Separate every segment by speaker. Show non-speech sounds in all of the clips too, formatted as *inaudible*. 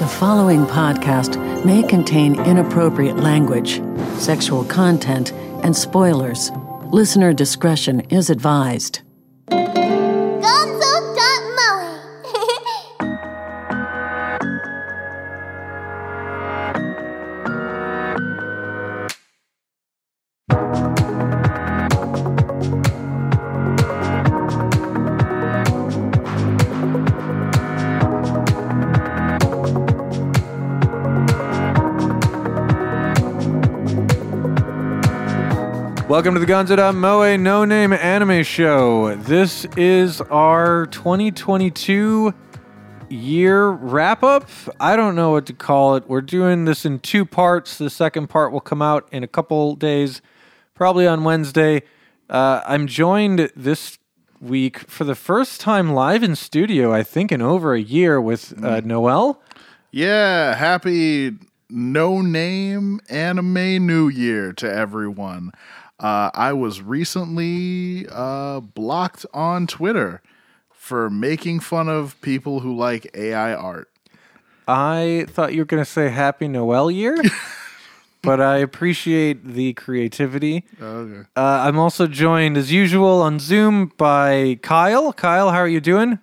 Speaker 1: The following podcast may contain inappropriate language, sexual content, and spoilers. Listener discretion is advised.
Speaker 2: Gonzo dot Molly.
Speaker 3: Welcome to the Gonzo Moe No Name Anime Show. This is our 2022 year wrap up. I don't know what to call it. We're doing this in two parts. The second part will come out in a couple days, probably on Wednesday. Uh, I'm joined this week for the first time live in studio, I think, in over a year with uh, Noel.
Speaker 4: Yeah, happy no name anime new year to everyone. Uh, I was recently uh, blocked on Twitter for making fun of people who like AI art.
Speaker 3: I thought you were going to say Happy Noel Year, but I appreciate the creativity.
Speaker 4: Okay.
Speaker 3: Uh, I'm also joined, as usual, on Zoom by Kyle. Kyle, how are you doing?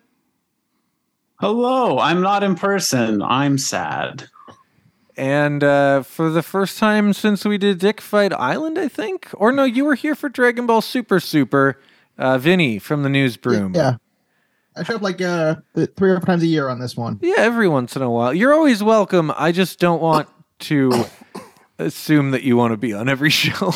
Speaker 5: Hello, I'm not in person. I'm sad.
Speaker 3: And uh, for the first time since we did Dick Fight Island, I think, or no, you were here for Dragon Ball Super Super, uh, Vinny from the newsroom.
Speaker 6: Yeah. I show up like uh th- three or four times a year on this one.
Speaker 3: Yeah, every once in a while. You're always welcome. I just don't want to *coughs* assume that you want to be on every *laughs* show.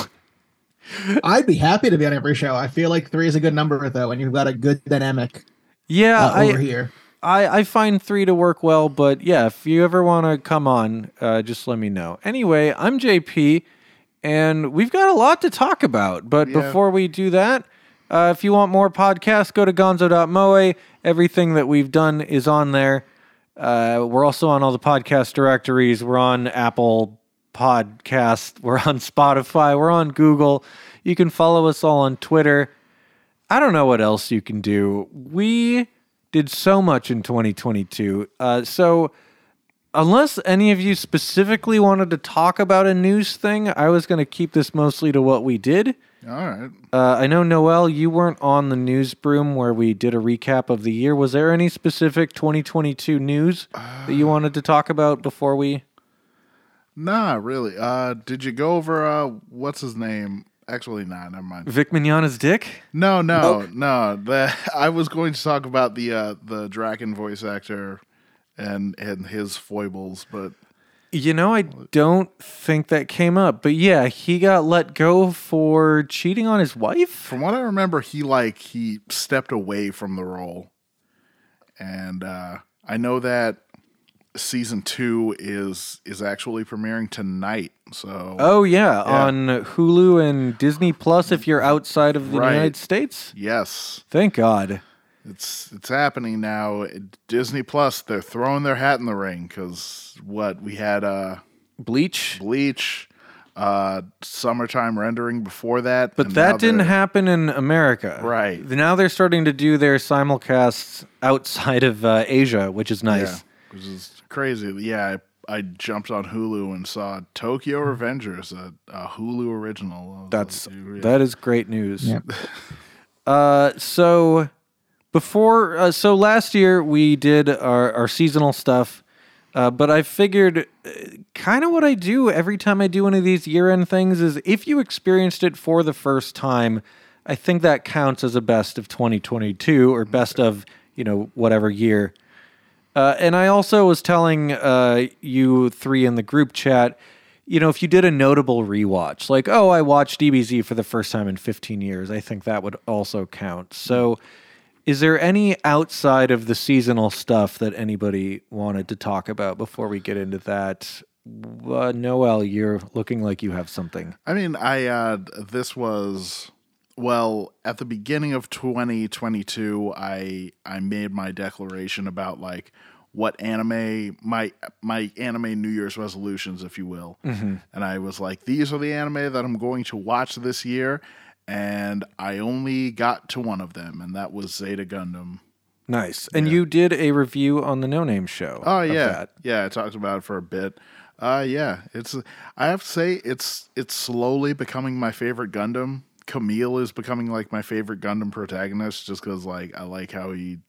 Speaker 6: I'd be happy to be on every show. I feel like three is a good number though, and you've got a good dynamic
Speaker 3: yeah,
Speaker 6: uh, over
Speaker 3: I,
Speaker 6: here.
Speaker 3: I, I find three to work well, but yeah, if you ever want to come on, uh, just let me know. Anyway, I'm JP, and we've got a lot to talk about. But
Speaker 4: Yeah.
Speaker 3: before we do that, uh, if you want more podcasts, go to gonzo.moe. Everything that we've done is on there. Uh, we're also on all the podcast directories. We're on Apple Podcast. We're on *laughs* Spotify. We're on Google. You can follow us all on Twitter. I don't know what else you can do. We did so much in 2022. Uh, so, unless any of you specifically wanted to talk about a news thing, I was going to keep this mostly to what we did.
Speaker 4: All right.
Speaker 3: Uh, I know, Noel, you weren't on the newsroom where we did a recap of the year. Was there any specific 2022 news that you wanted to talk about before we?
Speaker 4: Nah, really. Uh, did you go over uh, what's his name? Actually, nah, never mind.
Speaker 3: Vic Mignogna's dick?
Speaker 4: No, no, no. The, *laughs* I was going to talk about the uh, the Draken voice actor and and his foibles, but
Speaker 3: You know, I don't think that came up, but yeah, he got let go for cheating on his wife.
Speaker 4: from what I remember, he like he stepped away from the role, and uh, I know that season two is is actually premiering tonight. So
Speaker 3: Oh yeah,
Speaker 4: Yeah.
Speaker 3: on Hulu and Disney Plus if you're outside of the
Speaker 4: Right.
Speaker 3: United States.
Speaker 4: yes,
Speaker 3: Thank God.
Speaker 4: it's it's happening now. Disney Plus, they're throwing their hat in the ring because what we had uh,
Speaker 3: Bleach.
Speaker 4: Bleach, uh, summertime rendering before that,
Speaker 3: But
Speaker 4: and now
Speaker 3: that didn't
Speaker 4: they're-
Speaker 3: happen in America.
Speaker 4: Right.
Speaker 3: Now they're starting to do their simulcasts outside of uh, Asia, which is
Speaker 4: Yeah,
Speaker 3: nice.
Speaker 4: which is crazy. Yeah, I, I jumped on Hulu and saw Tokyo Revengers, a, a Hulu original. I was
Speaker 3: That's
Speaker 4: like, dude, yeah.
Speaker 3: that is great news.
Speaker 6: Yeah.
Speaker 3: *laughs* Uh, so before, uh, so last year we did our, our seasonal stuff, uh, but I figured uh, kind of what I do every time I do one of these year end things is if you experienced it for the first time, I think that counts as a best of 2022 or best of, you know, whatever year. Uh, and I also was telling uh, you three in the group chat, you know, if you did a notable rewatch, like, oh, I watched DBZ for the first time in 15 years, I think that would also count. So, is there any outside of the seasonal stuff that anybody wanted to talk about before we get into that? Uh, Noel, you're looking like you have something.
Speaker 4: I mean, I uh, this was well at the beginning of 2022. I I made my declaration about like what anime my my anime New Year's resolutions, if you will, and I was like, these are the anime that I'm going to watch this year, and I only got to one of them, and that was Zeta Gundam.
Speaker 3: Nice. And you did a review on the No Name Show.
Speaker 4: Oh
Speaker 3: of
Speaker 4: yeah,
Speaker 3: that.
Speaker 4: yeah. I talked about it for a bit. Uh, yeah. It's I have to say it's it's slowly becoming my favorite Gundam. Camille is becoming like my favorite Gundam protagonist just because like I like how he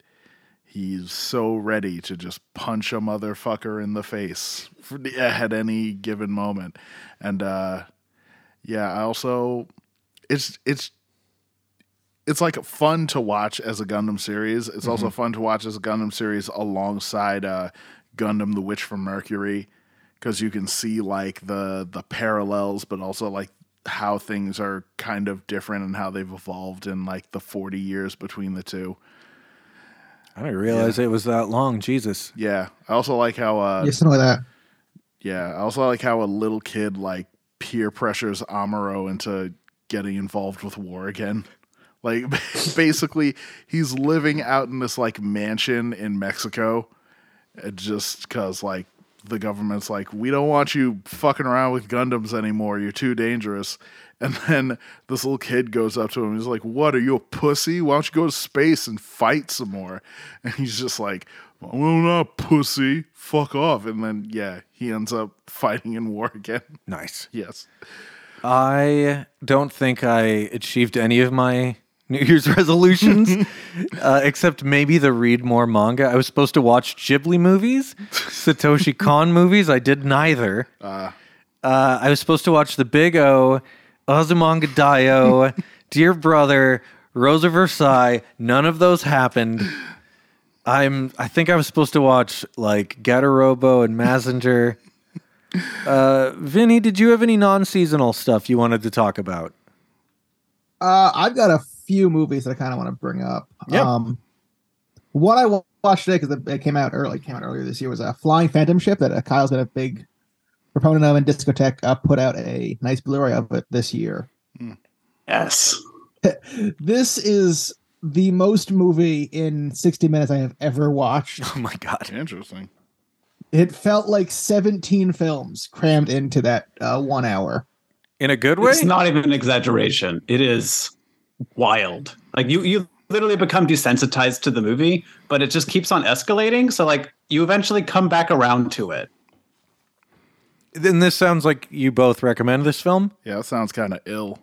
Speaker 4: he's so ready to just punch a motherfucker in the face for- at any given moment, and uh, yeah. I also it's it's it's like fun to watch as a Gundam series. It's also fun to watch as a Gundam series alongside uh, Gundam: The Witch from Mercury, because you can see like the the parallels, but also like how things are kind of different and how they've evolved in like the forty years between the two.
Speaker 3: I didn't realize it was that long. Jesus.
Speaker 4: Yeah, I also like how uh,
Speaker 6: Yeah, something like that.
Speaker 4: yeah, I also like how a little kid like peer pressures Amuro into getting involved with war again. Like *laughs* basically, he's living out in this like mansion in Mexico, uh, just because like the government's like, we don't want you fucking around with Gundams anymore. You're too dangerous. *laughs* And then this little kid goes up to him. And he's like, "What are you a pussy? Why don't you go to space and fight some more?" *laughs* And he's just like, "Well, I'm not a pussy. Fuck off." And then yeah, he ends up *laughs* fighting in war again. *laughs*
Speaker 3: Nice.
Speaker 4: yes.
Speaker 3: I don't think I achieved any of my New Year's *laughs* resolutions, uh, except maybe the read more manga. I was supposed to watch Ghibli movies, Satoshi Kon movies. I did neither. Uh, I was supposed to watch The Big O, Azumanga Daioh, Dear Brother, Rosa Versailles. None of those happened. I'm. I think I was supposed to watch like Gatarobo and Mazinger. Uh, Vinny, did you have any non-seasonal stuff you wanted to talk about?
Speaker 6: Uh, I've got a few movies that I kind of want to bring up.
Speaker 3: Yeah.
Speaker 6: Um, what I wa- watched today because it, it came out early, came out earlier this year was a Flying Phantom Ship that uh, Kyle's been a big proponent of, and Discotech uh, put out a nice Blu-ray of it this year.
Speaker 5: Yes.
Speaker 6: This is the most movie in 60 minutes I have ever watched.
Speaker 3: *laughs* Oh my god.
Speaker 4: Interesting.
Speaker 6: It felt like 17 films crammed into that uh, one hour.
Speaker 3: In a good way?
Speaker 5: It's not even an exaggeration. It is wild. Like you you literally become desensitized to the movie, but it just keeps on escalating. So like you eventually come back around to it.
Speaker 3: then this sounds like you both recommend this film.
Speaker 4: Yeah, that sounds kind of ill.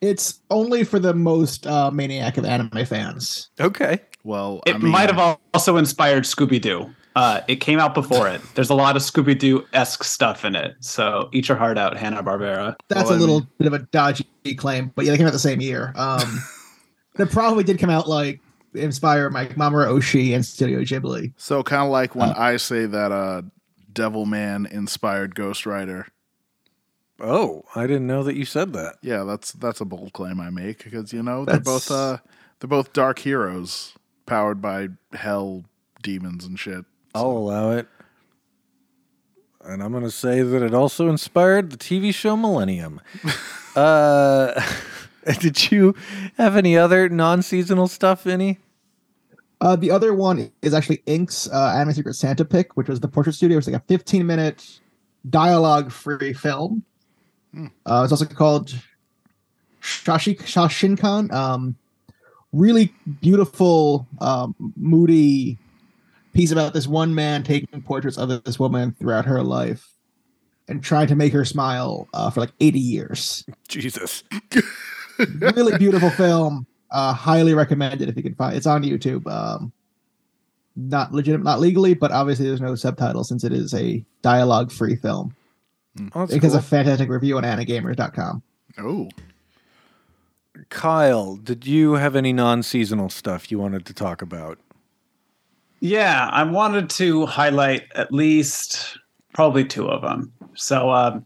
Speaker 6: It's only for the most uh, maniac of anime fans.
Speaker 3: Okay.
Speaker 4: Well,
Speaker 5: It
Speaker 4: I mean, uh,
Speaker 5: might have al- also inspired Scooby Doo. Uh, it came out before it. There's a lot of Scooby Doo esque stuff in it. So eat your heart out, Hanna Barbera.
Speaker 6: That's
Speaker 4: Well, I
Speaker 6: a little bit of a dodgy claim, but yeah, they came out the same year. Um,
Speaker 4: *laughs*
Speaker 6: they probably did come out like inspire like Mamoru Oshii and Studio Ghibli.
Speaker 4: So kind of like when I say that uh, Devil Man inspired Ghost Rider.
Speaker 3: Oh, I didn't know that you said that.
Speaker 4: Yeah, that's that's a bold claim I make because you know they're both
Speaker 6: That's-
Speaker 4: uh, they're both dark heroes powered by hell demons and shit.
Speaker 3: I'll allow it. And I'm going to say that it also inspired the TV show *laughs* Millennium. uh *laughs* did you have any other non-seasonal stuff, Vinny?
Speaker 6: Uh, the other one is actually Ink's uh, Anime Secret Santa pick, which was the Portrait Studio. It's like a 15 minute dialogue free film. Uh, it's also called Shashi Shashinkan. Um, really beautiful, um, moody piece about this one man taking portraits of this woman throughout her life and trying to make her smile uh, for like 80 years.
Speaker 3: Jesus.
Speaker 6: really beautiful film. Uh, highly recommended if you can find. It's on YouTube. Um, not legitimate, not legally, but obviously there's no subtitles since it is a dialogue-free film.
Speaker 3: Oh, that's
Speaker 6: It has
Speaker 3: cool.
Speaker 6: a fantastic review on AnnaGamer.com.
Speaker 4: Oh,
Speaker 3: Kyle, did you have any non-seasonal stuff you wanted to talk about?
Speaker 5: Yeah, I wanted to highlight at least probably two of them. So um,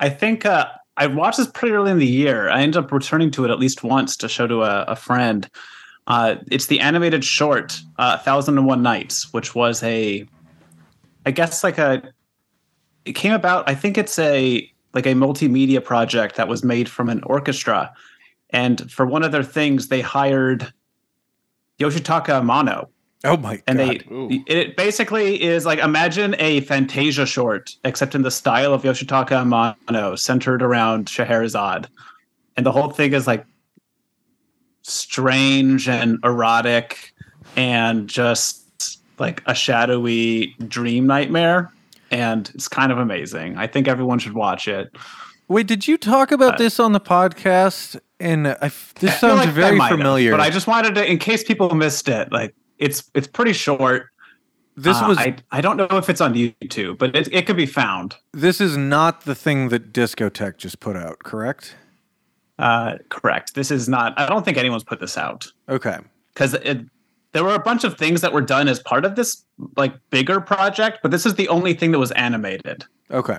Speaker 5: I think uh, I watched this pretty early in the year. I ended up returning to it at least once to show to a, a friend. Uh, it's the animated short uh, "Thousand and One Nights," which was a, I guess like a, it came about. I think it's a like a multimedia project that was made from an orchestra, and for one of their things they hired Yoshitaka Amano,
Speaker 3: Oh my god.
Speaker 5: and
Speaker 4: Ooh.
Speaker 5: they it basically is like imagine a Fantasia short, except in the style of Yoshitaka Amano, centered around Scheherazade, and the whole thing is like strange and erotic, and just like a shadowy dream nightmare. And it's kind of amazing. I think everyone should watch it.
Speaker 3: Wait, did you talk about this on the podcast? And I f this
Speaker 5: Uh, I feel
Speaker 3: sounds
Speaker 5: like I
Speaker 3: very
Speaker 5: might have,
Speaker 3: familiar.
Speaker 5: but I just wanted to, in case people missed it, like it's it's pretty short.
Speaker 3: this
Speaker 5: Uh,
Speaker 3: was
Speaker 5: I, I don't know if it's on YouTube, but it, it could be found.
Speaker 3: this is not the thing that Discotech just put out, correct?
Speaker 5: Uh, correct. This is not. I don't think anyone's put this out
Speaker 3: Okay.
Speaker 5: because there were a bunch of things that were done as part of this like bigger project, but this is the only thing that was animated.
Speaker 3: Okay.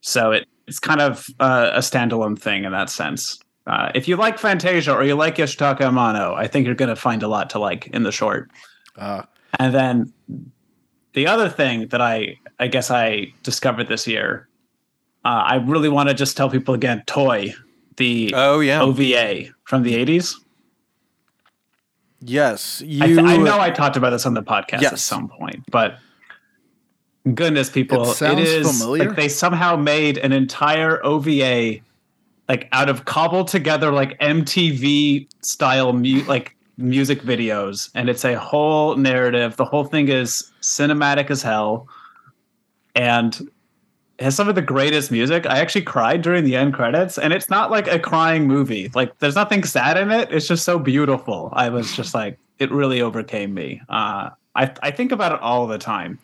Speaker 5: So it, it's kind of uh, a standalone thing in that sense. Uh, if you like Fantasia or you like Yoshitaka Amano, I think you're going to find a lot to like in the short.
Speaker 4: Uh,
Speaker 5: And then the other thing that I I guess I discovered this year, uh, I really want to just tell people again, Toy, the
Speaker 3: Oh yeah.
Speaker 5: OVA from the 80s.
Speaker 3: yes. You
Speaker 5: I, th- I know I talked about this on the podcast at
Speaker 3: Yes.
Speaker 5: some point, but goodness, people,
Speaker 4: It sounds
Speaker 5: it is
Speaker 4: familiar.
Speaker 5: like they somehow made an entire OVA like out of cobbled together like MTV style mu- like music videos, and it's a whole narrative. The whole thing is cinematic as hell, and has some of the greatest music. I actually cried during the end credits, and it's not like a crying movie. Like there's nothing sad in it. It's just so beautiful. I was just like, it really overcame me. Uh, I I think about it all the time.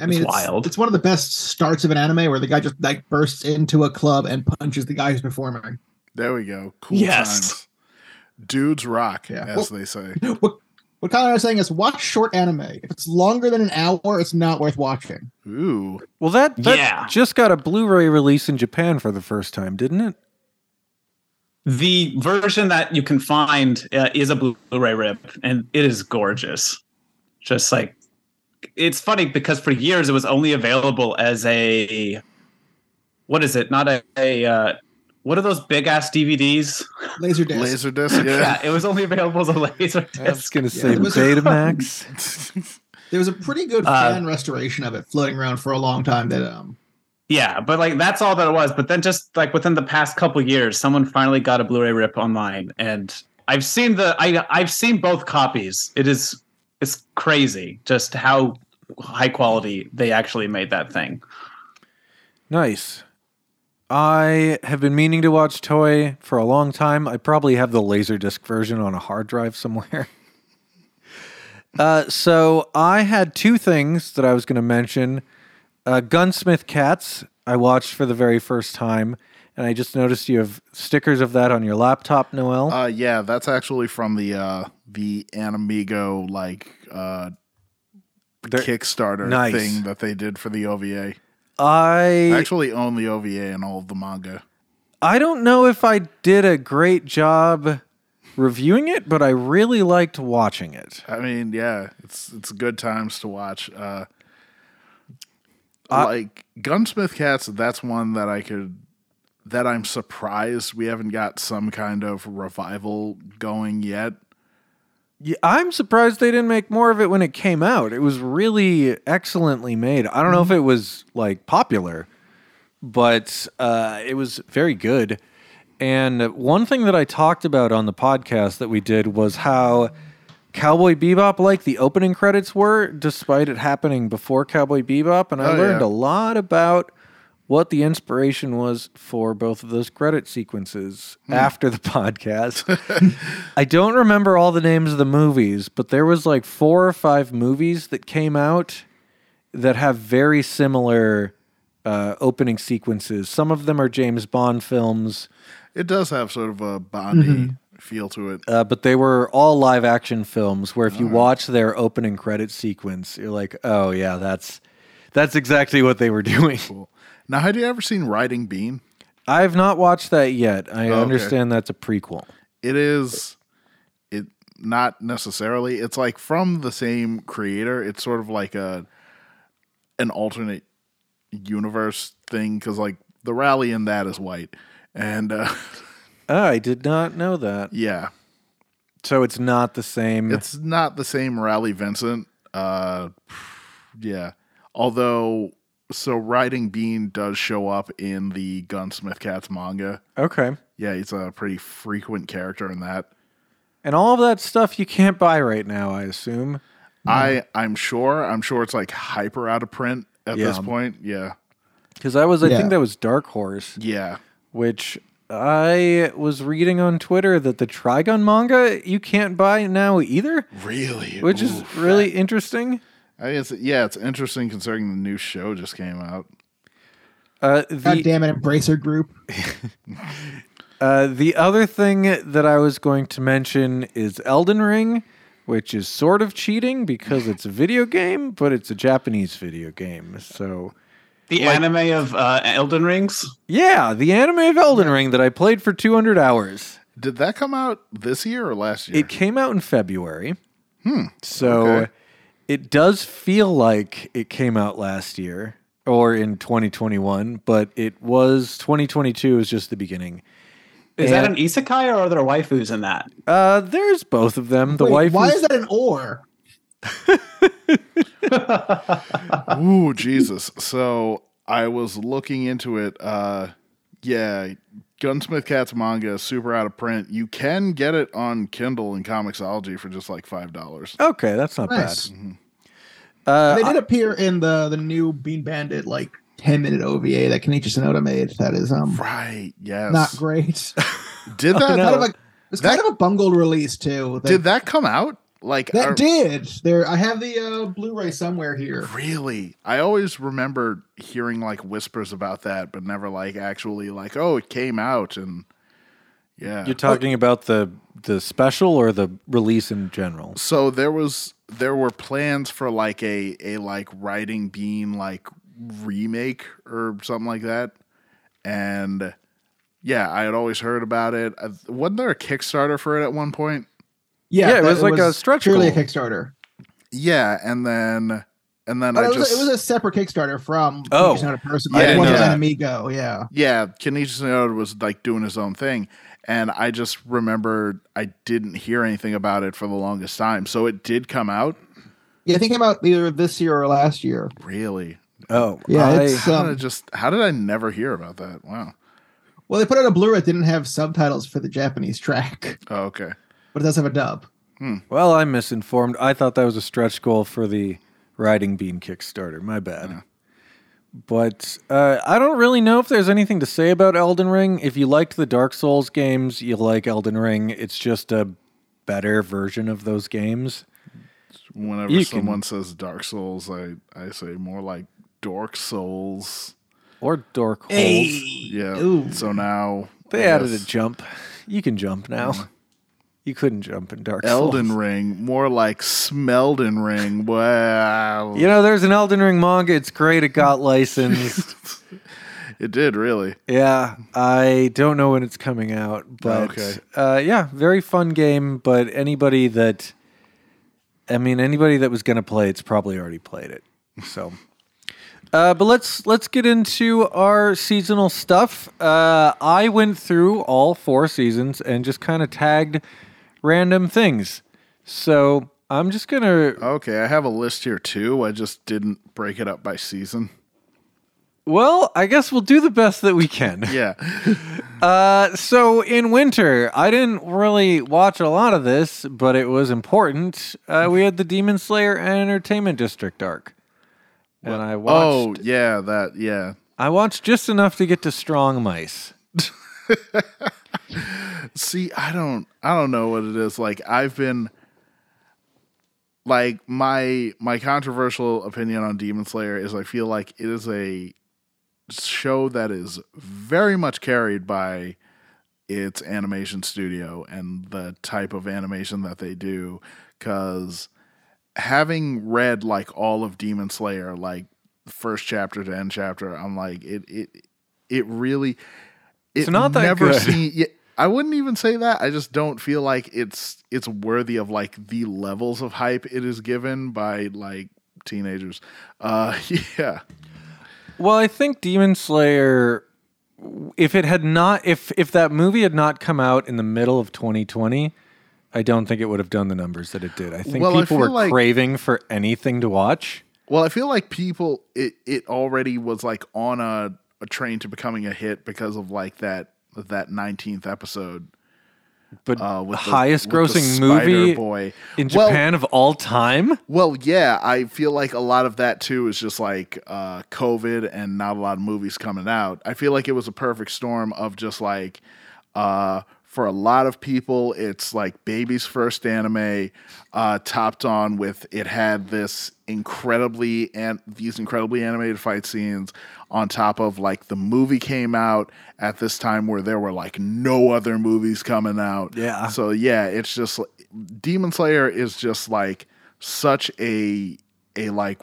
Speaker 6: I mean,
Speaker 5: It's
Speaker 6: it's,
Speaker 5: wild.
Speaker 6: it's one of the best starts of an anime where the guy just like bursts into a club and punches the guy who's performing. *gasps*
Speaker 4: there we go. Cool
Speaker 5: Yes.
Speaker 4: times. Dudes rock,
Speaker 6: Yeah.
Speaker 4: as they say.
Speaker 6: What what Kyle is saying is watch short anime. If it's longer than an hour, it's not worth watching.
Speaker 4: Ooh.
Speaker 3: well that, that
Speaker 5: Yeah.
Speaker 3: just got a Blu-ray release in Japan for the first time, didn't it?
Speaker 5: The version that you can find uh, is a Blu- Blu-ray rip, and it is gorgeous. Just like it's funny because for years it was only available as a what is it? Not a, a uh, what are those big ass DVDs?
Speaker 6: Laser disc.
Speaker 4: Laserdisc.
Speaker 5: Yeah,
Speaker 4: Yeah.
Speaker 5: *laughs* it was only available as a laser
Speaker 3: I was
Speaker 5: disc.
Speaker 3: gonna say
Speaker 6: it was- *laughs*
Speaker 3: Betamax.
Speaker 6: There was a pretty good
Speaker 5: Uh,
Speaker 6: fan restoration of it floating around for a long time. That um,
Speaker 5: Yeah, but like that's all that it was. But then just like within the past couple years, someone finally got a Blu-ray rip online, and I've seen the I I've seen both copies. It is it's crazy just how high quality they actually made that thing.
Speaker 3: Nice. I have been meaning to watch Toy for a long time. I probably have the Laserdisc version on a hard drive somewhere. *laughs* uh, so I had two things that I was going to mention uh, Gunsmith Cats, I watched for the very first time. And I just noticed you have stickers of that on your laptop, Noel.
Speaker 4: *laughs* Uh, yeah, that's actually from the uh, the Animigo like uh,
Speaker 3: They're-
Speaker 4: Kickstarter
Speaker 3: Nice.
Speaker 4: thing that they did for the OVA.
Speaker 3: I
Speaker 4: I actually own the OVA and all of the manga.
Speaker 3: I don't know if I did a great job reviewing it, but I really liked watching it.
Speaker 4: I mean, yeah, it's it's good times to watch. Uh,
Speaker 3: I-
Speaker 4: like Gunsmith Cats, that's one that I could that I'm surprised we haven't got some kind of revival going yet.
Speaker 3: Yeah, I'm surprised they didn't make more of it when it came out. It was really excellently made. I don't know if
Speaker 4: Mm-hmm.
Speaker 3: it was like popular, but uh, it was very good. And one thing that I talked about on the podcast that we did was how Cowboy Bebop, like the opening credits were, despite it happening before Cowboy Bebop. And I
Speaker 4: Oh,
Speaker 3: learned
Speaker 4: yeah.
Speaker 3: a lot about what the inspiration was for both of those credit sequences
Speaker 4: Hmm.
Speaker 3: after the *laughs* podcast. I don't remember all the names of the movies, but there was like four or five movies that came out that have very similar uh, opening sequences. Some of them are James Bond films,
Speaker 4: It does have sort of a Bondy feel to it.
Speaker 3: uh, but they were all live action films where if
Speaker 4: Uh-huh.
Speaker 3: you watch their opening credit sequence, you're like, oh yeah, that's that's exactly what they were *laughs* doing.
Speaker 4: Now, had you ever seen Riding Bean?
Speaker 3: I've not watched that yet. I
Speaker 4: okay.
Speaker 3: understand that's a prequel.
Speaker 4: It is it not necessarily. It's like from the same creator. It's sort of like a an alternate universe thing cuz like the rally in that is white. And uh, *laughs*
Speaker 3: Oh, I did not know that.
Speaker 4: yeah,
Speaker 3: So it's not the same.
Speaker 4: it's not the same rally Vincent. Uh yeah. Although so Riding Bean does show up in the Gunsmith Cats manga.
Speaker 3: okay.
Speaker 4: Yeah, he's a pretty frequent character in that.
Speaker 3: And all of that stuff you can't buy right now, I assume.
Speaker 4: I I'm sure. I'm sure it's like hyper out of print at
Speaker 3: Yeah.
Speaker 4: this point. Yeah.
Speaker 3: Because I was, I
Speaker 6: Yeah.
Speaker 3: think that was Dark Horse,
Speaker 4: Yeah.
Speaker 3: which I was reading on Twitter that the Trigon manga you can't buy now either,
Speaker 4: Really?
Speaker 3: which is
Speaker 4: Oof.
Speaker 3: really interesting.
Speaker 4: I guess yeah, it's interesting considering the new show just came out.
Speaker 3: Uh,
Speaker 6: God
Speaker 3: the
Speaker 6: damn it, Embracer Group.
Speaker 3: uh, the other thing that I was going to mention is Elden Ring, which is sort of cheating because it's a video game, but it's a Japanese video game. So
Speaker 5: The anime of uh, Elden Rings.
Speaker 3: yeah, the anime of Elden Ring that I played for 200 hours.
Speaker 4: Did that come out this year or last year?
Speaker 3: It came out in February. Hmm. So
Speaker 4: okay.
Speaker 3: it does feel like it came out last year or in 2021, but it was 2022 is just the beginning.
Speaker 5: Is that
Speaker 3: And-
Speaker 5: an isekai or are there waifus in that?
Speaker 3: Uh, there's both of them. The
Speaker 6: Wait,
Speaker 3: wife
Speaker 6: why is that an or?
Speaker 4: Ooh, Jesus. So I was looking into it. Uh yeah, Gunsmith Cat's manga is super out of print. You can get it on Kindle and Comixology for just like five dollars.
Speaker 3: Okay, that's not
Speaker 6: Nice.
Speaker 4: Mm-hmm.
Speaker 3: bad. Uh,
Speaker 6: they did appear in the the new Bean Bandit like ten minute OVA that Kenichi Sonoda made. That is um
Speaker 4: Right, yes.
Speaker 6: not great.
Speaker 4: *laughs* Did that
Speaker 6: kind of a, it's
Speaker 4: That-
Speaker 6: kind of a bungled release too. They-
Speaker 4: did uh, that come out? Like
Speaker 6: That
Speaker 4: are-
Speaker 6: did. There, I have the uh, Blu-ray somewhere here.
Speaker 4: Really? I always remember hearing like whispers about that, but never like actually like, oh, it came out and yeah.
Speaker 3: you're talking
Speaker 6: Oh.
Speaker 3: about the the special or the release in general?
Speaker 4: so there was there were plans for like a a like writing bean like remake or something like that. And yeah, I had always heard about it. Uh, Wasn't there a Kickstarter for it at one point?
Speaker 6: Yeah,
Speaker 3: Yeah, it
Speaker 6: that-
Speaker 3: was like a stretch
Speaker 6: purely
Speaker 3: goal.
Speaker 6: a Kickstarter.
Speaker 4: Yeah, and then and then
Speaker 6: But
Speaker 4: I
Speaker 6: Oh, it, was
Speaker 4: just
Speaker 6: a, it was a separate Kickstarter from
Speaker 3: Oh.
Speaker 6: Kenichi Sonoda person.
Speaker 4: I
Speaker 6: like,
Speaker 4: didn't
Speaker 6: one
Speaker 4: know
Speaker 6: was
Speaker 4: that.
Speaker 6: an Amigo. Yeah,
Speaker 4: Yeah, Kenichi Sonoda was like doing his own thing. And I just remember I didn't hear anything about it for the longest time. So it did come out.
Speaker 6: yeah. I think it came out either this year or last year.
Speaker 4: Really? *laughs*
Speaker 3: Oh,
Speaker 6: Yeah,
Speaker 3: I-
Speaker 6: it's
Speaker 4: How did I
Speaker 6: um,
Speaker 4: just how did I never hear about that? Wow.
Speaker 6: well, they put out a Blu-ray that didn't have subtitles for the Japanese track,
Speaker 4: Oh, okay.
Speaker 6: but it does have a dub.
Speaker 3: well, I'm misinformed. I thought that was a stretch goal for the Riding Bean Kickstarter. My bad. But uh, I don't really know if there's anything to say about Elden Ring. If you liked the Dark Souls games, you like Elden Ring. It's just a better version of those games.
Speaker 4: Whenever
Speaker 3: You can-
Speaker 4: someone says Dark Souls, I, I say more like Dork Souls.
Speaker 3: Or Dark Holes.
Speaker 4: Yeah. So now
Speaker 3: They
Speaker 4: I
Speaker 3: added a
Speaker 4: guess
Speaker 3: jump. You can jump now. You couldn't jump in Dark Souls.
Speaker 4: Elden Ring, more like Smelden
Speaker 3: *laughs*
Speaker 4: Ring. Wow.
Speaker 3: You know, there's an Elden Ring manga. It's great. It *laughs* got licensed.
Speaker 4: It did really.
Speaker 3: yeah, I don't know when it's coming out, but
Speaker 4: Okay.
Speaker 3: uh, yeah, very fun game. But anybody that, I mean, anybody that was going to play, it's probably already played it. So, uh, but let's let's get into our seasonal stuff. Uh, I went through all four seasons and just kind of tagged random things. So I'm just gonna
Speaker 4: Okay, I have a list here too. I just didn't break it up by season.
Speaker 3: Well, I guess we'll do the best that we can.
Speaker 4: Yeah.
Speaker 3: Uh, so in winter, I didn't really watch a lot of this, but it was important. Uh, we had the Demon Slayer and Entertainment District arc, and I
Speaker 4: Oh,
Speaker 3: watched.
Speaker 4: yeah, that yeah.
Speaker 3: I watched just enough to get to Strong Mice.
Speaker 4: See, I don't I don't know what it is. Like I've been like my my controversial opinion on Demon Slayer is I feel like it is a show that is very much carried by its animation studio and the type of animation that they do cuz having read like all of Demon Slayer like first chapter to end chapter I'm like it it it really
Speaker 3: It's not that good.
Speaker 4: seen- yeah, I wouldn't even say that. I just don't feel like it's it's worthy of like the levels of hype it is given by like teenagers. Uh *laughs* yeah.
Speaker 3: Well, I think Demon Slayer, if it had not, if if that movie had not come out in the middle of 2020. I don't think it would have done the numbers that it did. I think
Speaker 4: Well, I
Speaker 3: people were
Speaker 4: feel like-
Speaker 3: craving for anything to watch.
Speaker 4: Well, I feel like people it it already was like on a, a train to becoming a hit because of like that that 19th episode.
Speaker 3: But
Speaker 4: Uh, with
Speaker 3: highest
Speaker 4: with the
Speaker 3: grossing
Speaker 4: Spider
Speaker 3: movie
Speaker 4: boy
Speaker 3: in
Speaker 4: Well-
Speaker 3: Japan of all time.
Speaker 4: Well, yeah, I feel like a lot of that too is just like uh, COVID and not a lot of movies coming out. I feel like it was a perfect storm of just like uh, for a lot of people, it's like baby's first anime, uh, topped on with it had this incredibly and these incredibly animated fight scenes on top of like the movie came out at this time where there were like no other movies coming out.
Speaker 3: Yeah.
Speaker 4: So yeah, it's just Demon Slayer is just like such a a like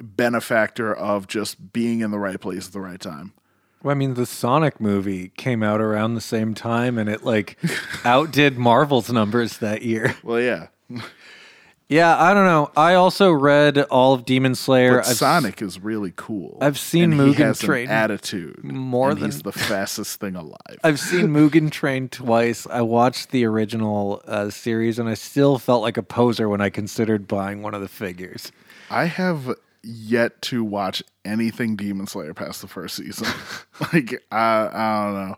Speaker 4: benefactor of just being in the right place at the right time.
Speaker 3: Well, I mean, the Sonic movie came out around the same time, and it *laughs* like outdid Marvel's numbers that year.
Speaker 4: Well, yeah.
Speaker 3: Yeah, I don't know. I also read all of Demon Slayer.
Speaker 4: But
Speaker 3: I've s-
Speaker 4: Sonic is really cool.
Speaker 3: I've seen
Speaker 4: and he
Speaker 3: Mugen
Speaker 4: has an
Speaker 3: Train
Speaker 4: attitude
Speaker 3: more
Speaker 4: and
Speaker 3: than-
Speaker 4: he's the fastest thing alive.
Speaker 3: I've seen Mugen Train twice. I watched the original uh, series, and I still felt like a poser when I considered buying one of the figures.
Speaker 4: I have yet to watch anything Demon Slayer past the first season. *laughs* like I, I don't know.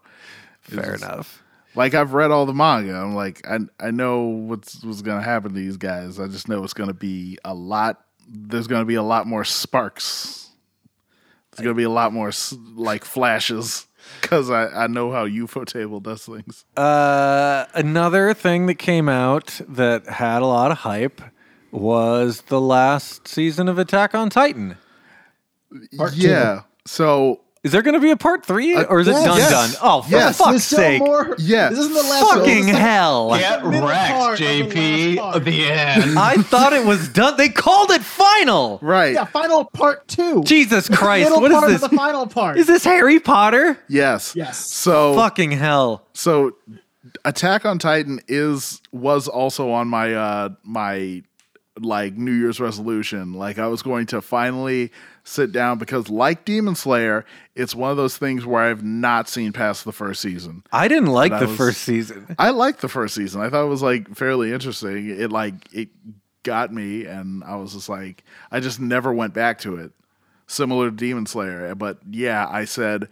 Speaker 3: Fair enough.
Speaker 4: Like I've read all the manga. I'm like I I know what's what's gonna happen to these guys. I just know it's gonna be a lot. There's gonna be a lot more sparks. There's gonna be a lot more s- like flashes because I I know how UFO table does things.
Speaker 3: Uh, another thing that came out that had a lot of hype was the last season of Attack on Titan.
Speaker 6: Part two.
Speaker 4: yeah. So
Speaker 3: Is there going to be a part three,
Speaker 4: Uh,
Speaker 3: or is it
Speaker 6: yes.
Speaker 3: done?
Speaker 6: Yes.
Speaker 3: Done? Oh, for
Speaker 4: Yes.
Speaker 3: fuck's
Speaker 6: There's still
Speaker 3: sake!
Speaker 6: more.
Speaker 4: Yeah.
Speaker 6: This isn't the last one.
Speaker 3: Fucking
Speaker 6: This is
Speaker 3: *laughs*
Speaker 6: the-
Speaker 3: hell!
Speaker 5: Get
Speaker 6: middle part of
Speaker 5: wrecked,
Speaker 6: the last
Speaker 5: JP.
Speaker 6: part.
Speaker 5: The end.
Speaker 3: I thought it was done. They called it final.
Speaker 4: right.
Speaker 6: Yeah, final part two.
Speaker 3: Jesus
Speaker 6: The
Speaker 3: Christ!
Speaker 6: middle
Speaker 3: What
Speaker 6: part
Speaker 3: is
Speaker 6: Of
Speaker 3: this?
Speaker 6: the final part.
Speaker 3: Is this Harry Potter?
Speaker 4: Yes.
Speaker 6: Yes.
Speaker 4: So
Speaker 3: Fucking hell!
Speaker 4: So Attack on Titan is was also on my uh my like New Year's resolution. Like I was going to finally sit down because like Demon Slayer, it's one of those things where I've not seen past the first season.
Speaker 3: I didn't like
Speaker 4: That
Speaker 3: the
Speaker 4: was-
Speaker 3: first season.
Speaker 4: I liked the first season. I thought it was like fairly interesting. It like it got me and I was just like I just never went back to it. Similar to Demon Slayer, but yeah, I said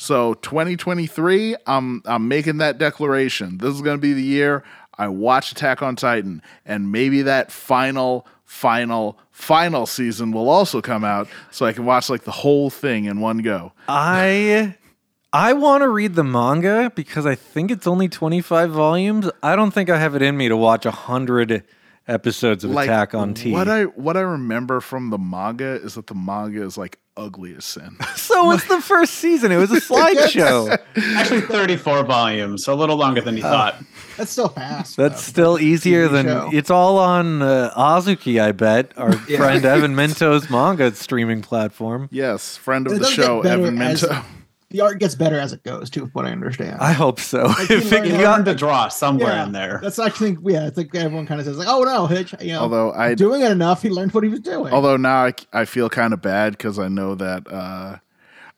Speaker 4: so 2023, I'm I'm making that declaration. This is going to be the year I watch Attack on Titan and maybe that final final final season will also come out so I can watch like the whole thing in one go.
Speaker 3: I I want to read the manga because I think it's only 25 volumes. I don't think I have it in me to watch 100 episodes of Attack on T.
Speaker 4: What I what I remember from the manga is that the manga is like ugly as sin. *laughs*
Speaker 3: so it's the first season. It was a *laughs* slideshow.
Speaker 5: *laughs* Actually, 34 volumes, so a little longer than you thought.
Speaker 6: That's so fast.
Speaker 3: That's still easier than
Speaker 6: show.
Speaker 3: it's all on uh, Azuki, I bet, *laughs* our friend Evan Mento's manga streaming platform.
Speaker 4: yes, friend
Speaker 6: It
Speaker 4: of the
Speaker 6: does get
Speaker 4: show
Speaker 6: better
Speaker 4: Evan
Speaker 6: as-
Speaker 4: Mento.
Speaker 6: the art gets better as it goes, too, from what I understand.
Speaker 3: I hope so. if
Speaker 6: learn
Speaker 3: it
Speaker 5: You
Speaker 6: Yeah.
Speaker 3: got
Speaker 5: learned to draw somewhere
Speaker 6: yeah,
Speaker 5: in there.
Speaker 6: That's I think yeah, it's like everyone kind of says like, oh no, Hitch, you know,
Speaker 4: Although I-
Speaker 6: doing it enough, he learned what he was doing.
Speaker 4: *laughs* Although now I, I feel kind of bad because I know that uh,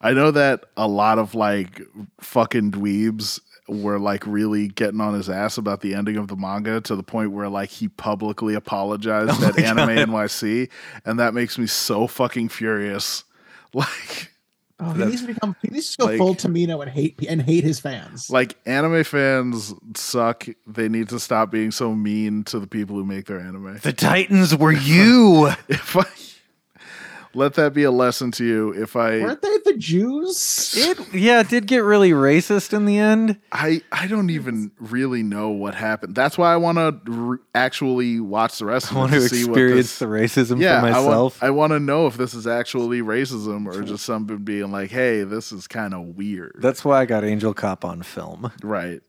Speaker 4: I know that a lot of like fucking dweebs were like really getting on his ass about the ending of the manga to the point where like he publicly apologized at Anime NYC, and that makes me so fucking furious. *laughs* Like.
Speaker 6: oh, he needs to become he needs to go
Speaker 4: like-
Speaker 6: full Tamino and hate and hate his fans.
Speaker 4: Like anime fans suck. They need to stop being so mean to the people who make their
Speaker 3: *laughs*
Speaker 4: anime. *laughs*
Speaker 3: the Titans were you.
Speaker 4: If I let that be a lesson to you, if I
Speaker 6: Weren't they the Jews?
Speaker 3: It yeah, it did get really racist in the end.
Speaker 4: I I don't even really know what happened. That's why I want to re- actually watch the rest of
Speaker 3: I
Speaker 4: it
Speaker 3: want to
Speaker 4: to see what
Speaker 3: experience
Speaker 4: this-
Speaker 3: the racism
Speaker 4: yeah,
Speaker 3: for
Speaker 4: I want,
Speaker 3: myself.
Speaker 4: I want to know if this is actually racism or just something being like, "Hey, this is kind of weird."
Speaker 3: That's why I got Angel Cop on film.
Speaker 4: Right.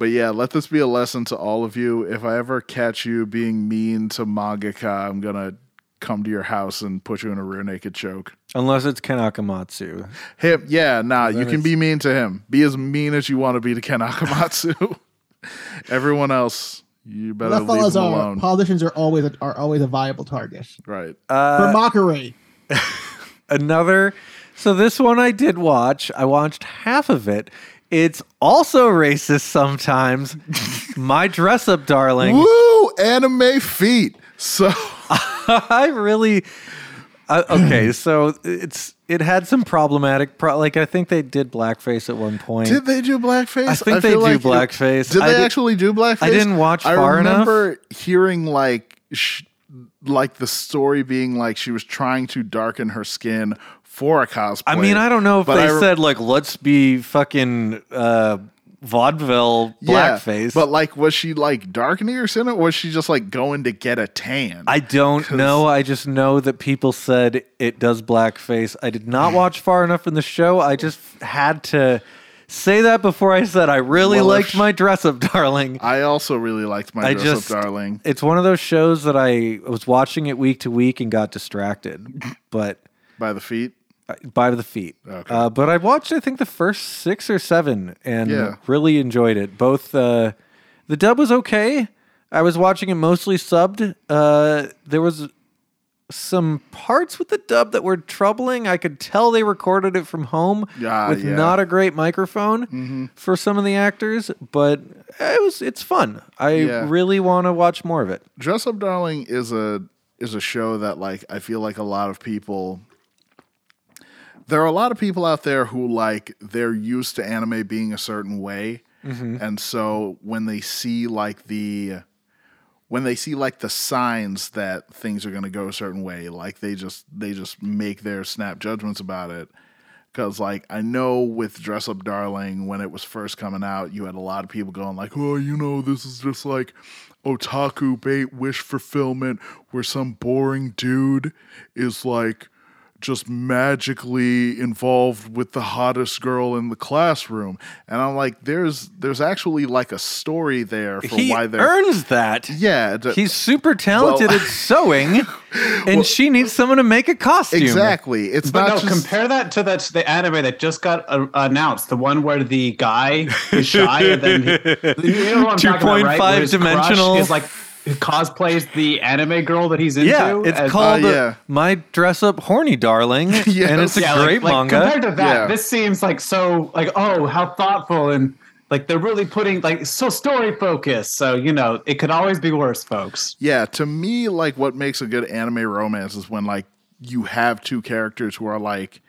Speaker 4: but yeah, let this be a lesson to all of you. If I ever catch you being mean to mangaka, I'm gonna come to your house and put you in a rear naked choke.
Speaker 3: Unless it's Ken Akamatsu.
Speaker 4: Him, yeah, nah, you can
Speaker 3: it's-
Speaker 4: be mean to him. Be as mean as you want to be to Ken Akamatsu. *laughs* Everyone else, you better
Speaker 6: that
Speaker 4: leave
Speaker 6: follows
Speaker 4: them
Speaker 6: our
Speaker 4: alone.
Speaker 6: politicians are always a, are always a viable target
Speaker 4: right.
Speaker 3: Uh,
Speaker 6: for mockery.
Speaker 3: Another. So this one I did watch. I watched half of it. It's also racist *laughs* sometimes. My dress up, darling.
Speaker 4: Woo! Anime feet. So
Speaker 3: I really. Uh,
Speaker 4: *clears throat*
Speaker 3: okay, so it's it had some problematic. Pro- like I think they did blackface at one point.
Speaker 4: Did they do blackface?
Speaker 3: I think they
Speaker 4: feel
Speaker 3: do
Speaker 4: like it-
Speaker 3: blackface.
Speaker 4: Did
Speaker 3: I
Speaker 4: they
Speaker 3: did-
Speaker 4: actually do blackface?
Speaker 3: I didn't watch
Speaker 4: I
Speaker 3: far enough.
Speaker 4: remember hearing like sh- like the story being like she was trying to darken her skin for a cosplay.
Speaker 3: I mean, I don't know if
Speaker 4: but
Speaker 3: they
Speaker 4: I re-
Speaker 3: said like let's be fucking uh, vaudeville
Speaker 4: Yeah,
Speaker 3: blackface.
Speaker 4: But like, was she like darkening her skin, or was she just like going to get a tan?
Speaker 3: I don't know. I just know that people said it does blackface. I did not watch far enough in the show. I just had to say that before I said I really
Speaker 4: Well, if
Speaker 3: liked
Speaker 4: sh-
Speaker 3: my dress up, *laughs* darling.
Speaker 4: I also really liked my
Speaker 3: I
Speaker 4: dress
Speaker 3: just,
Speaker 4: up, darling.
Speaker 3: It's one of those shows that I was watching it week to week and got distracted, but
Speaker 4: By the feet.
Speaker 3: by the feet.
Speaker 4: Okay.
Speaker 3: Uh, but I watched, I think, the first six or seven and
Speaker 4: Yeah.
Speaker 3: really enjoyed it. Both uh, the dub was okay. I was watching it mostly subbed. Uh, there was some parts with the dub that were troubling. I could tell they recorded it from home
Speaker 4: Ah,
Speaker 3: with
Speaker 4: yeah. Mm-hmm.
Speaker 3: not a great microphone for some of the actors, but it was it's fun. I
Speaker 4: Yeah.
Speaker 3: really want to watch more of it.
Speaker 4: Dress Up Darling is a is a show that like I feel like a lot of people there are a lot of people out there who like they're used to anime being a certain way. And so when they see like the when they see like the signs that things are going to go a certain way, like they just they just make their snap judgments about it. Cause like I know with Dress Up Darling when it was first coming out, you had a lot of people going like, "Oh, you know, this is just like otaku bait wish fulfillment, where some boring dude is like just magically involved with the hottest girl in the classroom." And I'm like, "There's there's actually like a story there for
Speaker 3: he
Speaker 4: why they're
Speaker 3: earns that.
Speaker 4: yeah, d-
Speaker 3: He's super talented
Speaker 5: *laughs*
Speaker 4: Well-
Speaker 3: at sewing, and she needs someone to make a costume.
Speaker 4: exactly. It's
Speaker 5: But
Speaker 4: not
Speaker 5: no,
Speaker 4: just
Speaker 5: compare that to that the anime that just got uh, announced, the one where the guy is shy and
Speaker 3: *laughs*
Speaker 5: then he, you know what I'm talking about, right? Where his
Speaker 3: 2.5 dimensional.
Speaker 5: crush Is like he cosplays the anime girl that he's into.
Speaker 3: Yeah, it's
Speaker 5: as-
Speaker 3: called
Speaker 4: Oh,
Speaker 3: uh,
Speaker 4: yeah.
Speaker 3: My Dress Up Horny
Speaker 5: *laughs*
Speaker 3: Darling, and it's a
Speaker 5: Yeah, like-
Speaker 3: great
Speaker 5: like,
Speaker 3: manga.
Speaker 5: Compared to that,
Speaker 4: Yeah.
Speaker 5: this seems like so like oh how thoughtful and like they're really putting like so story focused. So you know it could always be worse, folks.
Speaker 4: Yeah, to me, like what makes a good anime romance is when like you have two characters who are like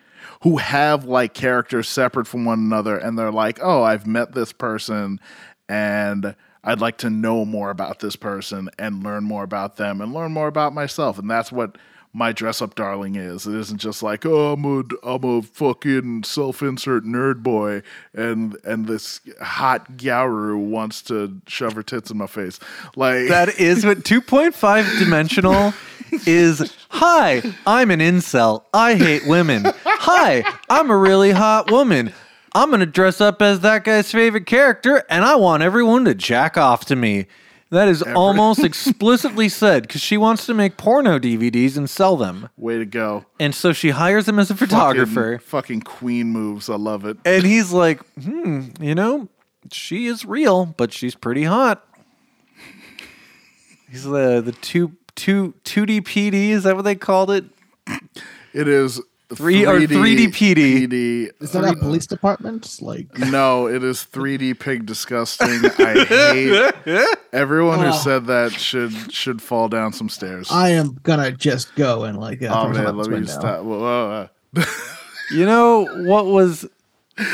Speaker 4: who have like characters separate from one another and they're like, "Oh, I've met this person and I'd like to know more about this person and learn more about them and learn more about myself." And that's what my dress up darling is. It isn't just like, "Oh, I'm a I'm a fucking self-insert nerd boy and and this hot gyaru wants to shove her tits in my face."
Speaker 3: *laughs*
Speaker 4: Like
Speaker 3: that is what 2.5 dimensional is. Hi, I'm an incel. I hate women. Hi, I'm a really hot woman. I'm going to dress up as that guy's favorite character and I want everyone to jack off to me. That is almost explicitly said because she wants to make porno DVDs and sell them.
Speaker 4: Way to go.
Speaker 3: And so she hires him as a photographer.
Speaker 4: Fucking, fucking queen moves. I love it.
Speaker 3: And he's like, hmm, you know, she is real, but she's pretty hot. He's the the two two two D PD. Is that what they called it?
Speaker 4: It is
Speaker 3: Three- or 3D PD.
Speaker 4: PD.
Speaker 6: Is that a police department? Like,
Speaker 4: No, it is 3D pig disgusting. I hate
Speaker 3: *laughs*
Speaker 4: everyone who said that should should fall down some stairs.
Speaker 6: I am gonna just go and like. Uh,
Speaker 4: oh
Speaker 6: throw
Speaker 4: man,
Speaker 6: something out
Speaker 4: let
Speaker 6: this
Speaker 4: me
Speaker 6: window.
Speaker 4: stop. Whoa, whoa, whoa.
Speaker 3: You know what was?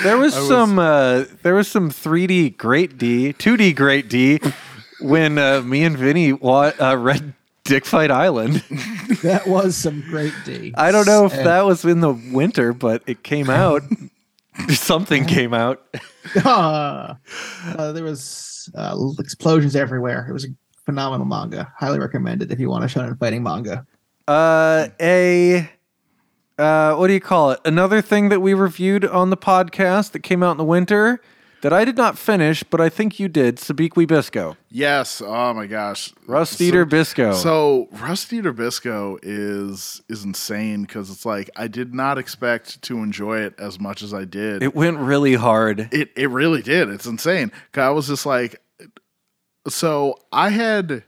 Speaker 3: There was some uh, there was some three D great D, two D great D, when uh, me and Vinny wa- uh, read Dick Fight Island.
Speaker 6: That was some great D.
Speaker 3: I don't
Speaker 6: *laughs*
Speaker 3: know if
Speaker 6: And-
Speaker 3: that was in the winter, but it came out. *laughs* Something came out.
Speaker 6: Ah. *laughs* uh, there was uh, explosions everywhere. It was a phenomenal manga. Highly recommended if you want a shonen fighting manga.
Speaker 3: uh, a uh, what do you call it? Another thing that we reviewed on the podcast that came out in the winter that I did not finish, but I think you did. Sabiqui Bisco,
Speaker 4: yes. Oh my gosh.
Speaker 3: Rust
Speaker 4: So-
Speaker 3: Eater Bisco.
Speaker 4: So Rusty Trubisco is is insane because it's like I did not expect to enjoy it as much as I did.
Speaker 3: it went really hard.
Speaker 4: It it really did. It's insane. 'Cause I was just like, so I had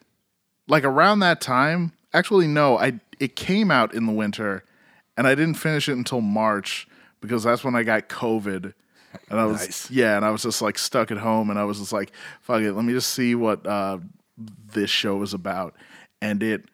Speaker 4: like around that time. Actually, no, I it came out in the winter, and I didn't finish it until March because that's when I got COVID. And I was yeah, and I was just like stuck at home, and I was just like, fuck it, let me just see what uh, this show is about, and it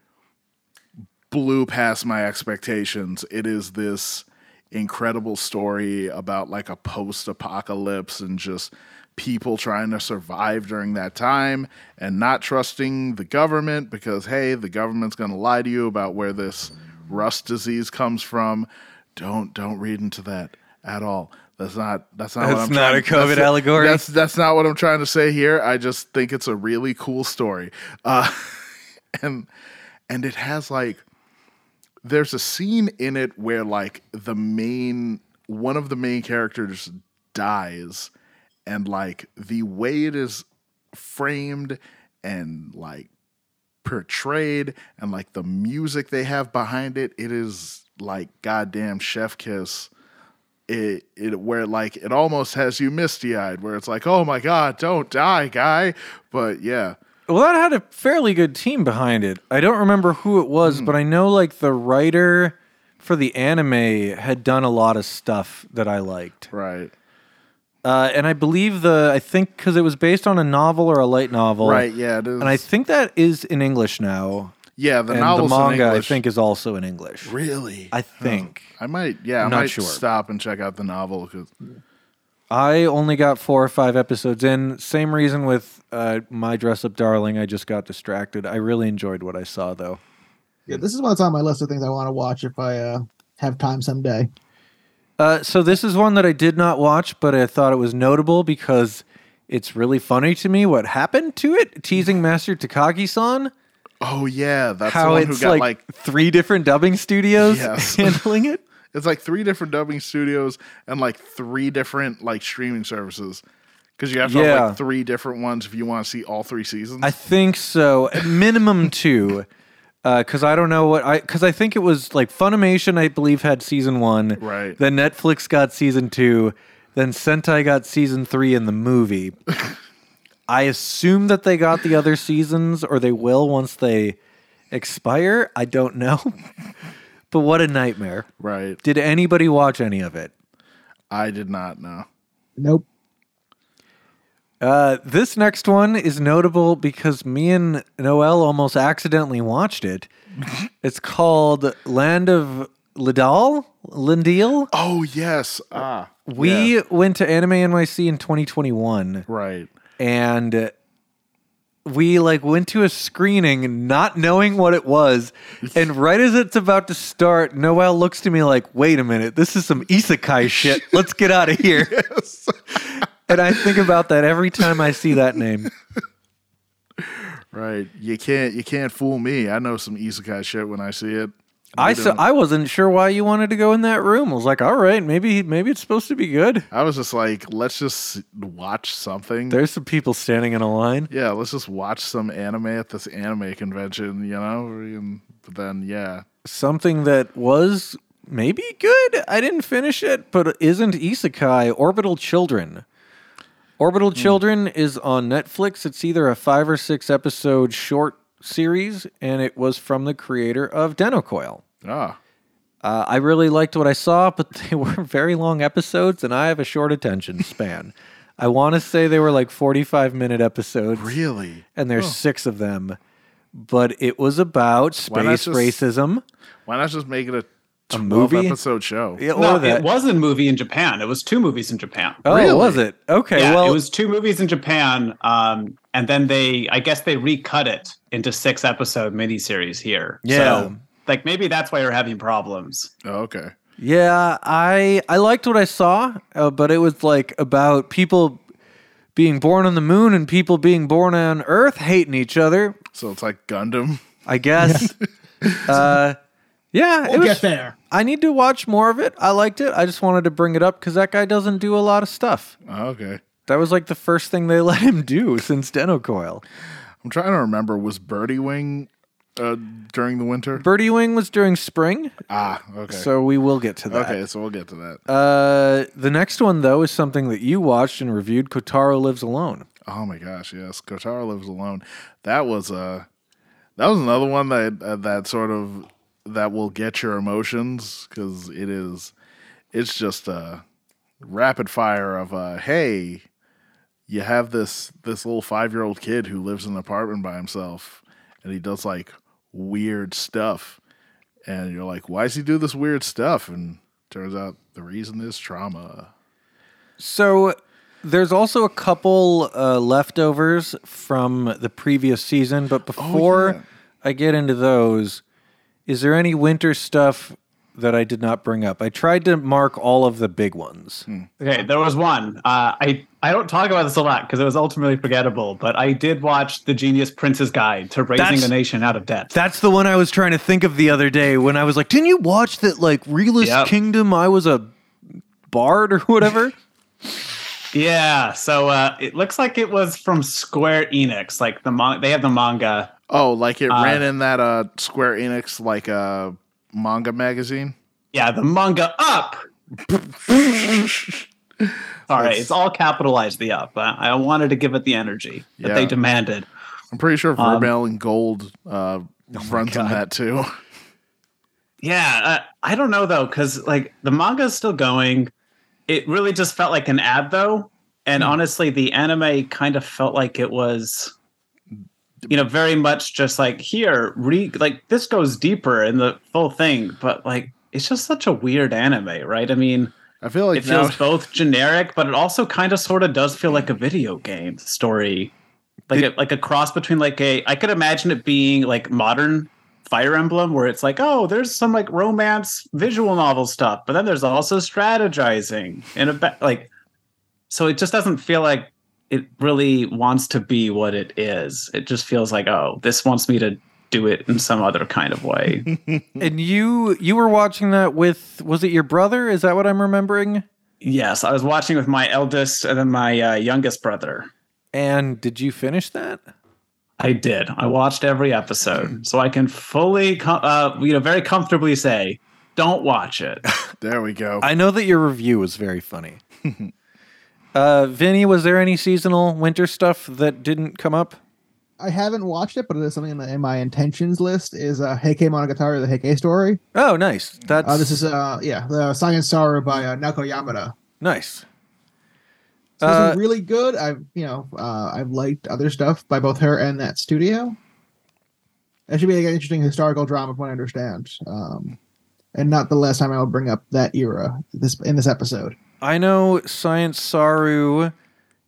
Speaker 4: blew past my expectations. It is this incredible story about like a post apocalypse and just people trying to survive during that time and not trusting the government because hey, the government's going to lie to you about where this rust disease comes from. Don't don't read into that at all. That's not that's not what
Speaker 3: That's
Speaker 4: I'm
Speaker 3: not
Speaker 4: trying,
Speaker 3: a COVID
Speaker 4: that's-
Speaker 3: allegory.
Speaker 4: That's that's not what I'm trying to say here. I just think it's a really cool story. Uh *laughs* and and it has like there's a scene in it where like the main one of the main characters dies and like the way it is framed and like portrayed and like the music they have behind it it is like goddamn chef kiss it, it where like it almost has you misty eyed where it's like oh my god don't die guy but yeah
Speaker 3: Well, that had a fairly good team behind it. I don't remember who it was,
Speaker 4: Hmm.
Speaker 3: but I know like the writer for the anime had done a lot of stuff that I liked.
Speaker 4: right
Speaker 3: Uh, and I believe the I think because it was based on a novel or a light novel,
Speaker 4: right yeah it is.
Speaker 3: And I think that is in English now,
Speaker 4: yeah the
Speaker 3: and
Speaker 4: novel's
Speaker 3: the manga
Speaker 4: in
Speaker 3: I
Speaker 4: English.
Speaker 3: think is also in English.
Speaker 4: really
Speaker 3: I think
Speaker 4: I might, yeah, i
Speaker 3: I'm not
Speaker 4: might
Speaker 3: sure.
Speaker 4: stop and check out the novel because
Speaker 3: I only got four or five episodes in. Same reason with uh, My Dress Up Darling. I just got distracted. I really enjoyed what I saw though.
Speaker 6: Yeah, this is one that's on my list of things I want to watch if I uh, have time someday.
Speaker 3: Uh, so this is one that I did not watch, but I thought it was notable because it's really funny to me what happened to it. Teasing Master Takagi-san,
Speaker 4: oh yeah, that's the
Speaker 3: how
Speaker 4: one who
Speaker 3: it's
Speaker 4: got
Speaker 3: like,
Speaker 4: like,
Speaker 3: three different dubbing studios *laughs*
Speaker 4: Yes.
Speaker 3: handling it.
Speaker 4: it's like three different dubbing studios and like three different like streaming services because you have to have
Speaker 3: Yeah.
Speaker 4: like three different ones if you want to see all three seasons.
Speaker 3: I think so. Minimum *laughs* two, because I don't know what I because I think it was like Funimation. I believe had season one.
Speaker 4: Right.
Speaker 3: Then Netflix got season two. Then Sentai got season three in the movie. I assume that they got the other seasons, or they will once they expire. I don't know. *laughs* but what a nightmare!
Speaker 4: right,
Speaker 3: Did anybody watch any of it?
Speaker 4: I did not know.
Speaker 6: Nope.
Speaker 3: Uh, this next one is notable because me and Noel almost accidentally watched
Speaker 4: *laughs*
Speaker 3: it. it's called Land of Lidal, Lindiel.
Speaker 4: Oh yes, ah,
Speaker 3: We
Speaker 4: yeah,
Speaker 3: went to Anime NYC in 2021
Speaker 4: right.
Speaker 3: and we like went to a screening not knowing what it was and right as it's about to start noel looks to me like wait a minute this is some isekai shit let's get out of
Speaker 4: *laughs*
Speaker 3: here and i think about that every time i see that name
Speaker 4: Right, you can't you can't fool me. I know some isekai shit when I see it.
Speaker 3: I
Speaker 4: You
Speaker 3: so,
Speaker 4: don't.
Speaker 3: I wasn't sure why you wanted to go in that room. I was like, all right, maybe maybe it's supposed to be good.
Speaker 4: I was just like, let's just watch something.
Speaker 3: There's some people standing in a line.
Speaker 4: yeah, let's just watch some anime at this anime convention, you know? And but then, yeah,
Speaker 3: Something that was maybe good. I didn't finish it, but isn't Isekai Orbital Children. Orbital Children is on Netflix. It's either a 5 or 6 episode short series and it was from the creator of Denocoil.
Speaker 4: ah,
Speaker 3: Uh, I really liked what I saw, but *laughs* they were very long episodes, and I have a short attention span. I want to say they were like 45 minute episodes,
Speaker 4: really?
Speaker 3: and there's six of them. But it was about
Speaker 4: Why not
Speaker 3: space
Speaker 4: just-
Speaker 3: racism.
Speaker 4: Why not just make it a, 12
Speaker 3: movie?
Speaker 4: episode show?
Speaker 3: Yeah,
Speaker 5: No,
Speaker 3: or that.
Speaker 5: it was a movie in Japan. It was two movies in Japan.
Speaker 3: oh,
Speaker 4: Really?
Speaker 3: was it? Okay,
Speaker 5: yeah,
Speaker 3: well,
Speaker 5: it was two movies in Japan, um, and then they, I guess, they recut it into six episode miniseries here.
Speaker 3: Yeah.
Speaker 5: so, like maybe that's why you're having problems.
Speaker 4: Oh, okay.
Speaker 3: Yeah, I I liked what I saw, uh, but it was like about people being born on the moon and people being born on Earth hating each other.
Speaker 4: So it's like Gundam.
Speaker 3: I guess. uh, yeah, it
Speaker 6: We'll
Speaker 3: was
Speaker 6: get there.
Speaker 3: I need to watch more of it. I liked it. I just wanted to bring it up because that guy doesn't do a lot of stuff.
Speaker 4: Oh, okay.
Speaker 3: That was like the first thing they *laughs* let him do since Denocoil.
Speaker 4: I'm trying to remember. Was Birdie Wing uh, during the winter?
Speaker 3: Birdie Wing was during spring,
Speaker 4: ah, okay.
Speaker 3: so we will get to that.
Speaker 4: okay, so we'll get to that.
Speaker 3: Uh, the next one, though, is something that you watched and reviewed Kotaro Lives Alone.
Speaker 4: oh my gosh, yes. Kotaro Lives Alone. That was Uh, that was another one that uh, that sort of that will get your emotions because it is it's just a rapid fire of uh hey you have this this little five year old kid who lives in an apartment by himself and he does like weird stuff and you're like, why does he do this weird stuff? And turns out the reason is trauma.
Speaker 3: So there's also a couple uh, leftovers from the previous season, but before
Speaker 4: yeah.
Speaker 3: I get into those, is there any winter stuff that I did not bring up? I tried to mark all of the big ones.
Speaker 5: Okay, there was one. Uh, I I don't talk about this a lot because it was ultimately forgettable, but I did watch The Genius Prince's Guide to Raising
Speaker 3: That's-
Speaker 5: a Nation Out of Debt.
Speaker 3: That's the one I was trying to think of the other day when I was like, "Didn't you watch that like Realist
Speaker 5: Yep.
Speaker 3: Kingdom? I was a bard or whatever."
Speaker 5: yeah, so uh, it looks like it was from Square Enix. Like the mon- they have the manga.
Speaker 4: Oh, like it ran in that uh Square Enix like uh, manga magazine.
Speaker 5: Yeah, the manga up. Sorry, it's all capitalized the up. I, I wanted to give it the energy that
Speaker 4: Yeah.
Speaker 5: they demanded.
Speaker 4: I'm pretty sure
Speaker 3: Um,
Speaker 4: Vermel and Gold
Speaker 3: *laughs*
Speaker 4: uh,
Speaker 3: oh
Speaker 4: runs in that too. *laughs*
Speaker 5: Yeah, uh, I don't know though, because like the manga is still going. It really just felt like an ad though, and honestly, the anime kind of felt like it was, you know, very much just like here, re like this goes deeper in the full thing, but like it's just such a weird anime, right? I mean,
Speaker 4: I feel like
Speaker 5: it
Speaker 4: now,
Speaker 5: feels both generic, but it also kind of sort of does feel like a video game story, like a, like a cross between like a. I could imagine it being like modern Fire Emblem, where it's like, oh, there's some like romance visual novel stuff, but then there's also strategizing and a ba- like. So it just doesn't feel like it really wants to be what it is. It just feels like, oh, this wants me to do it in some other kind of way.
Speaker 3: and you you were watching that with was it your brother? Is that what I'm remembering?
Speaker 5: yes, I was watching with my eldest and then my uh, youngest brother.
Speaker 3: And did you finish that?
Speaker 5: I did. I watched every episode, so I can fully, com- uh, you know, very comfortably say, don't watch it.
Speaker 4: *laughs* there we go.
Speaker 3: I know that your review was very
Speaker 6: *laughs*
Speaker 3: funny. uh, Vinny, was there any seasonal winter stuff that didn't come up?
Speaker 6: I haven't watched it, but it is something in, the, in my intentions list. Is uh, Heike Monogatari, the Heike story?
Speaker 3: Oh, nice. That's
Speaker 6: Uh, this is uh, yeah, the Song and Sorrow by uh, Nako Yamada.
Speaker 3: nice.
Speaker 6: So
Speaker 3: Uh,
Speaker 6: it's really good. I've you know uh, I've liked other stuff by both her and that studio. It should be like, an interesting historical drama, from what I understand. Um, and not the last time I will bring up that era this in this episode.
Speaker 3: I know Science Saru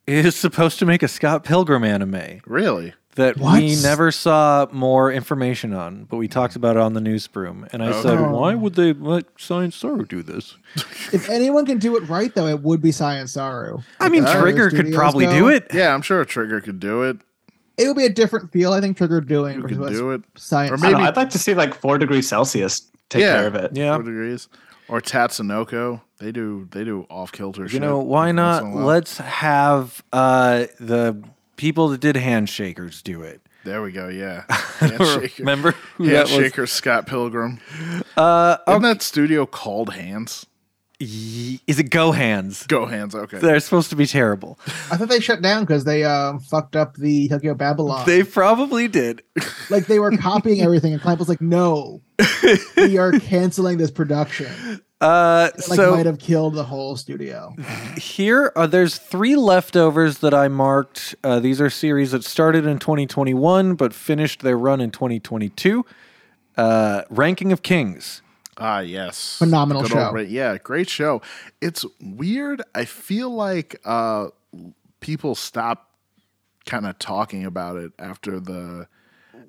Speaker 3: is supposed to make a Scott Pilgrim anime *sighs*
Speaker 4: really?
Speaker 3: that
Speaker 6: What?
Speaker 3: we never saw more information on, but we talked about it on the newsroom. And I said,
Speaker 6: Okay.
Speaker 3: why would they let Science Saru do this?
Speaker 6: If anyone can do it right, though, it would be Science Sorrow.
Speaker 3: I mean,
Speaker 6: As far as
Speaker 3: Trigger could
Speaker 6: studios
Speaker 3: probably
Speaker 6: go,
Speaker 3: do it.
Speaker 4: Yeah, I'm sure a Trigger could do it.
Speaker 6: It would be a different feel, I think. Trigger doing
Speaker 4: Could
Speaker 6: versus
Speaker 4: do it.
Speaker 6: Science.
Speaker 4: Or
Speaker 5: I
Speaker 4: maybe-
Speaker 5: don't know, I'd like to see like four degrees Celsius take
Speaker 4: Yeah.
Speaker 5: care of it.
Speaker 3: Yeah.
Speaker 4: Four degrees. Or Tatsunoko. They do they do off kilter shit.
Speaker 3: You know, why
Speaker 4: once
Speaker 3: not?
Speaker 4: in a while.
Speaker 3: Let's have uh, the people that did Handshakers do
Speaker 6: *laughs*
Speaker 3: it.
Speaker 4: There we
Speaker 3: *laughs*
Speaker 4: go, yeah. Handshaker.
Speaker 3: Remember who that was?
Speaker 4: Handshaker Scott Pilgrim. Uh Isn't that studio called Hands?
Speaker 3: Ye- Is it Go Hands?
Speaker 4: Go Hands, okay.
Speaker 3: They're supposed to be terrible.
Speaker 6: I thought they shut down because they um, fucked up the Tokyo Babylon.
Speaker 3: They probably did.
Speaker 6: *laughs* like they were copying everything, and Clamp was like, "No,
Speaker 4: *laughs*
Speaker 6: we are canceling this production."
Speaker 3: Uh,
Speaker 6: Like
Speaker 3: so
Speaker 6: might have killed the
Speaker 3: *laughs*
Speaker 6: whole studio.
Speaker 3: here are there's three leftovers that I marked. Uh, these are series that started in 2021 but finished their run in 2022. Uh, Ranking of Kings.
Speaker 4: Ah, yes.
Speaker 6: Phenomenal
Speaker 4: Good old
Speaker 6: show.
Speaker 4: Ra- yeah, great show. It's weird. I feel like uh, people stop kind of talking about it after the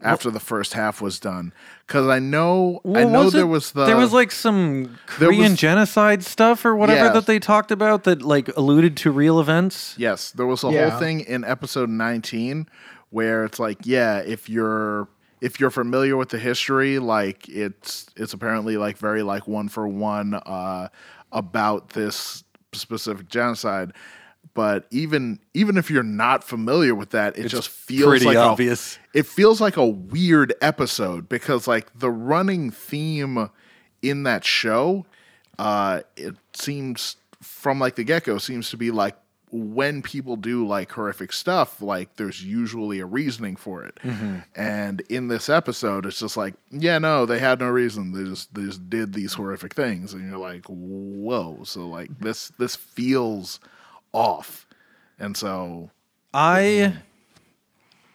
Speaker 4: after the first half was done because I know I
Speaker 3: Well,
Speaker 4: know
Speaker 3: was
Speaker 4: there
Speaker 3: it-
Speaker 4: was the
Speaker 3: there was like some
Speaker 4: there
Speaker 3: Korean
Speaker 4: was-
Speaker 3: genocide stuff or whatever
Speaker 4: Yeah.
Speaker 3: that they talked about that like alluded to real events.
Speaker 4: Yes, there was a
Speaker 6: Yeah.
Speaker 4: whole thing in episode 19 where it's like, yeah, if you're if you're familiar with the history, like it's it's apparently like very like one for one uh about this specific genocide. But even even if you're not familiar with that, it just feels
Speaker 3: pretty
Speaker 4: like a-
Speaker 3: obvious.
Speaker 4: it feels like a weird episode because like the running theme in that show uh it seems from like the get-go seems to be like when people do like horrific stuff like there's usually a reasoning for it
Speaker 3: Mm-hmm.
Speaker 4: and in this episode it's just like yeah no they had no reason they just they just did these horrific things and you're like whoa so like this this feels off and so
Speaker 3: I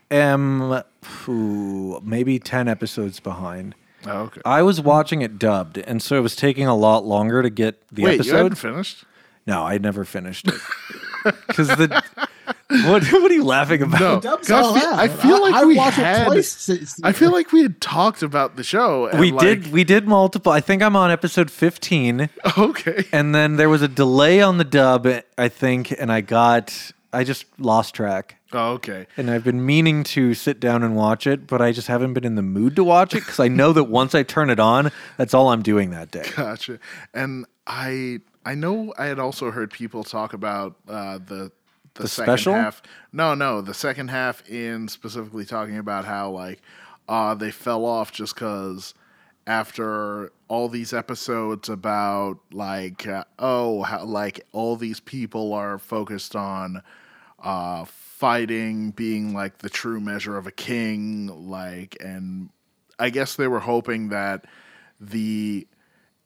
Speaker 3: am phew, maybe 10 episodes behind.
Speaker 4: Oh, okay.
Speaker 3: I was watching it dubbed, and so it was taking a lot longer to get the
Speaker 4: Wait, you
Speaker 3: episode.
Speaker 4: haven't finished?
Speaker 3: no, I never finished it because the *laughs* what, what are you laughing about?
Speaker 4: No,
Speaker 6: Dubs
Speaker 4: 'cause
Speaker 6: all
Speaker 4: Oh, I feel, I feel
Speaker 6: out.
Speaker 4: like
Speaker 6: I
Speaker 4: we
Speaker 6: watched it
Speaker 4: had.
Speaker 6: twice since-
Speaker 4: I feel like we had talked about the show. and,
Speaker 3: we
Speaker 4: like-
Speaker 3: did we did multiple. I think I'm on episode 15,
Speaker 4: *laughs* Okay.
Speaker 3: and then there was a delay on the dub. I think, and I got I just lost track.
Speaker 4: Oh, okay.
Speaker 3: And I've been meaning to sit down and watch it, but I just haven't been in the mood to watch it because I know that once I turn it on, that's all I'm doing that day.
Speaker 4: Gotcha. And I I know I had also heard people talk about uh, the the, second
Speaker 3: special?
Speaker 4: half. No, no, the second half in specifically talking about how like uh, they fell off just because after all these episodes about like uh, oh how like all these people are focused on uh, fighting being like the true measure of a king like and I guess they were hoping that the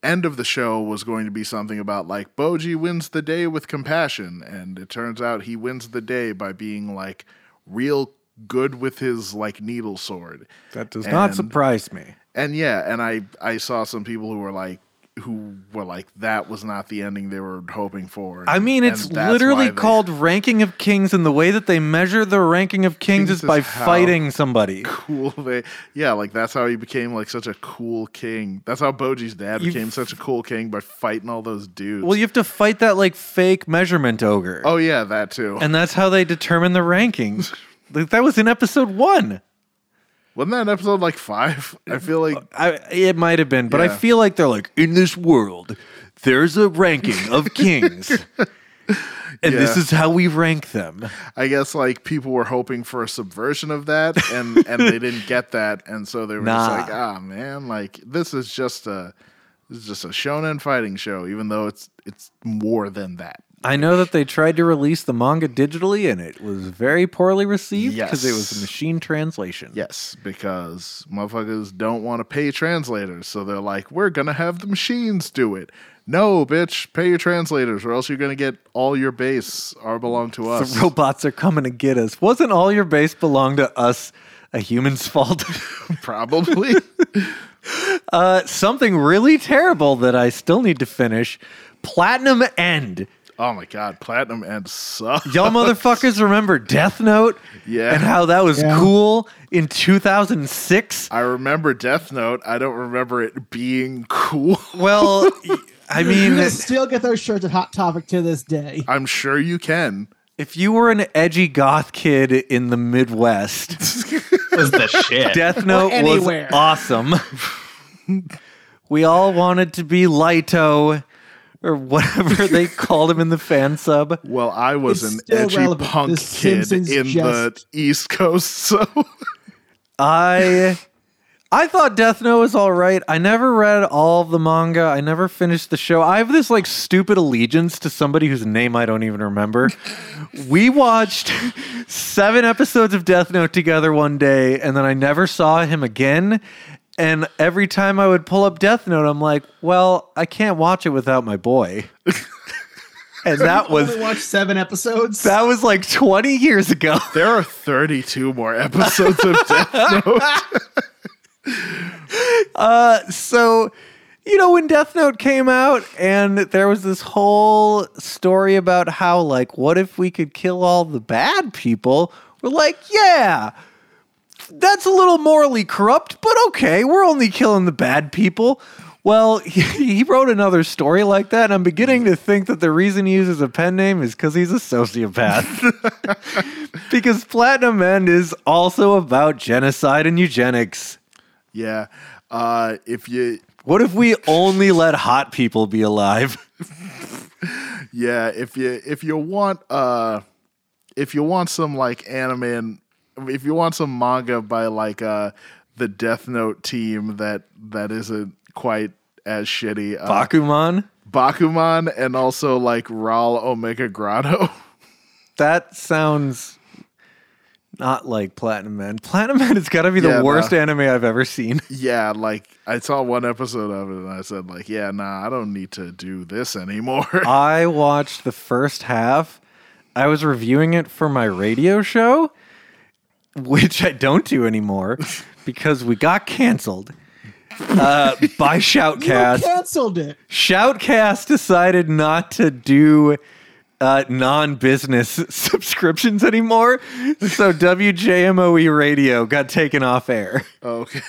Speaker 4: end of the show was going to be something about like Boji wins the day with compassion, and it turns out he wins the day by being like real good with his like needle sword.
Speaker 3: That does not
Speaker 4: And-
Speaker 3: surprise me.
Speaker 4: And yeah, and I I saw some people who were like who were like that was not the ending they were hoping for.
Speaker 3: I mean,
Speaker 4: And
Speaker 3: it's
Speaker 4: that's
Speaker 3: literally
Speaker 4: why they-
Speaker 3: called ranking of kings, and the way that they measure the ranking of kings
Speaker 4: Kings
Speaker 3: is by
Speaker 4: is how-
Speaker 3: fighting somebody.
Speaker 4: *laughs* cool. They yeah, like that's how he became like such a cool king. That's how Boji's dad
Speaker 3: You-
Speaker 4: became such a cool king by fighting all those dudes.
Speaker 3: Well, you have to fight that like fake measurement ogre,
Speaker 4: oh yeah, that too.
Speaker 3: and that's how they determine the rankings. Like, that was in episode one.
Speaker 4: Wasn't that episode like
Speaker 3: *laughs*
Speaker 4: five? I feel like
Speaker 3: I, it might have been, but I
Speaker 4: Yeah.
Speaker 3: feel like they're like in this world, there's a ranking
Speaker 4: *laughs*
Speaker 3: of kings, and this
Speaker 4: Yeah.
Speaker 3: is how we rank them.
Speaker 4: I guess like people were hoping for a subversion of that, and and they didn't get that, and so they were just
Speaker 3: Nah.
Speaker 4: like, ah, man, like this is just a this is just a shonen fighting show, even though it's it's more than that.
Speaker 3: I know that they tried to release the manga digitally, and it was very poorly received because it was a
Speaker 4: Yes.
Speaker 3: machine translation.
Speaker 4: Yes, because motherfuckers don't want to pay translators, so they're like, we're gonna have the machines do it. No, bitch, pay your translators, or else you're gonna get all your base are belong to us.
Speaker 3: *laughs* The robots are coming to get us. Wasn't all your base belong to us a human's fault?
Speaker 4: *laughs*
Speaker 3: *laughs*
Speaker 4: Probably.
Speaker 3: uh, something really terrible that I still need to finish. Platinum End.
Speaker 4: oh my god, platinum and sucks.
Speaker 3: Y'all motherfuckers remember Death Note?
Speaker 4: Yeah.
Speaker 3: And how that was
Speaker 6: Yeah.
Speaker 3: cool in 2006?
Speaker 4: I remember Death Note. I don't remember it being *laughs* cool.
Speaker 3: Well, y-
Speaker 6: *laughs*
Speaker 3: I
Speaker 6: you
Speaker 3: mean,
Speaker 6: can still get those shirts at Hot Topic to this day.
Speaker 4: I'm sure you can.
Speaker 3: if you were an edgy goth kid in the Midwest,
Speaker 5: was the shit.
Speaker 6: *laughs*
Speaker 3: Death Note was
Speaker 6: anywhere. *laughs*
Speaker 3: awesome. we all wanted to be Lito or whatever they called him in the fan sub.
Speaker 4: Well, I was
Speaker 6: It's
Speaker 4: an
Speaker 6: still
Speaker 4: edgy
Speaker 6: relevant.
Speaker 4: punk
Speaker 6: The
Speaker 4: kid
Speaker 6: Simpsons
Speaker 4: in the
Speaker 6: jest.
Speaker 4: East Coast, *laughs* so
Speaker 3: I I thought Death Note was all right. I never read all of the manga. I never finished the show. I have this like stupid allegiance to somebody whose name I don't even remember. we watched *laughs* seven episodes of Death Note together one day, and then I never saw him again. And every time I would pull up Death Note, I'm like, well, I can't watch it without my boy. and that was
Speaker 6: only watched seven episodes.
Speaker 3: that was like 20 years ago. *laughs*
Speaker 4: there are 32 more episodes
Speaker 6: *laughs*
Speaker 4: of Death Note.
Speaker 3: so you know when death note came out and there was this whole story about how like what if we could kill all the bad people we're like yeah that's a little morally corrupt but okay we're only killing the bad people well *laughs* he, he wrote another story like that and i'm beginning to think that the reason he uses a pen name is because he's a sociopath *laughs* because platinum end is also about genocide and eugenics
Speaker 4: yeah. Uh, if you
Speaker 3: what if we only let hot people be alive? *laughs*
Speaker 4: yeah, if you if you want uh if you want some like anime and if you want some manga by like uh the Death Note team that that isn't quite as shitty uh,
Speaker 3: Bakuman?
Speaker 4: Bakuman and also like Ral Omega Grotto. *laughs*
Speaker 3: That sounds not like Platinum Man. Platinum Man has got to be the
Speaker 4: Yeah,
Speaker 3: worst
Speaker 4: nah.
Speaker 3: anime I've ever seen.
Speaker 4: yeah, like I saw one episode of it and I said like, yeah, nah, I don't need to do this anymore.
Speaker 5: Uh,
Speaker 3: I watched the first half. I was reviewing it for my radio show, which I don't do anymore because we got canceled. uh, by
Speaker 6: You
Speaker 3: Shoutcast.
Speaker 6: canceled it.
Speaker 3: Shoutcast decided not to do uh, non-business *laughs* subscriptions anymore, so WJMOE E radio got taken off air.
Speaker 4: *laughs* Okay.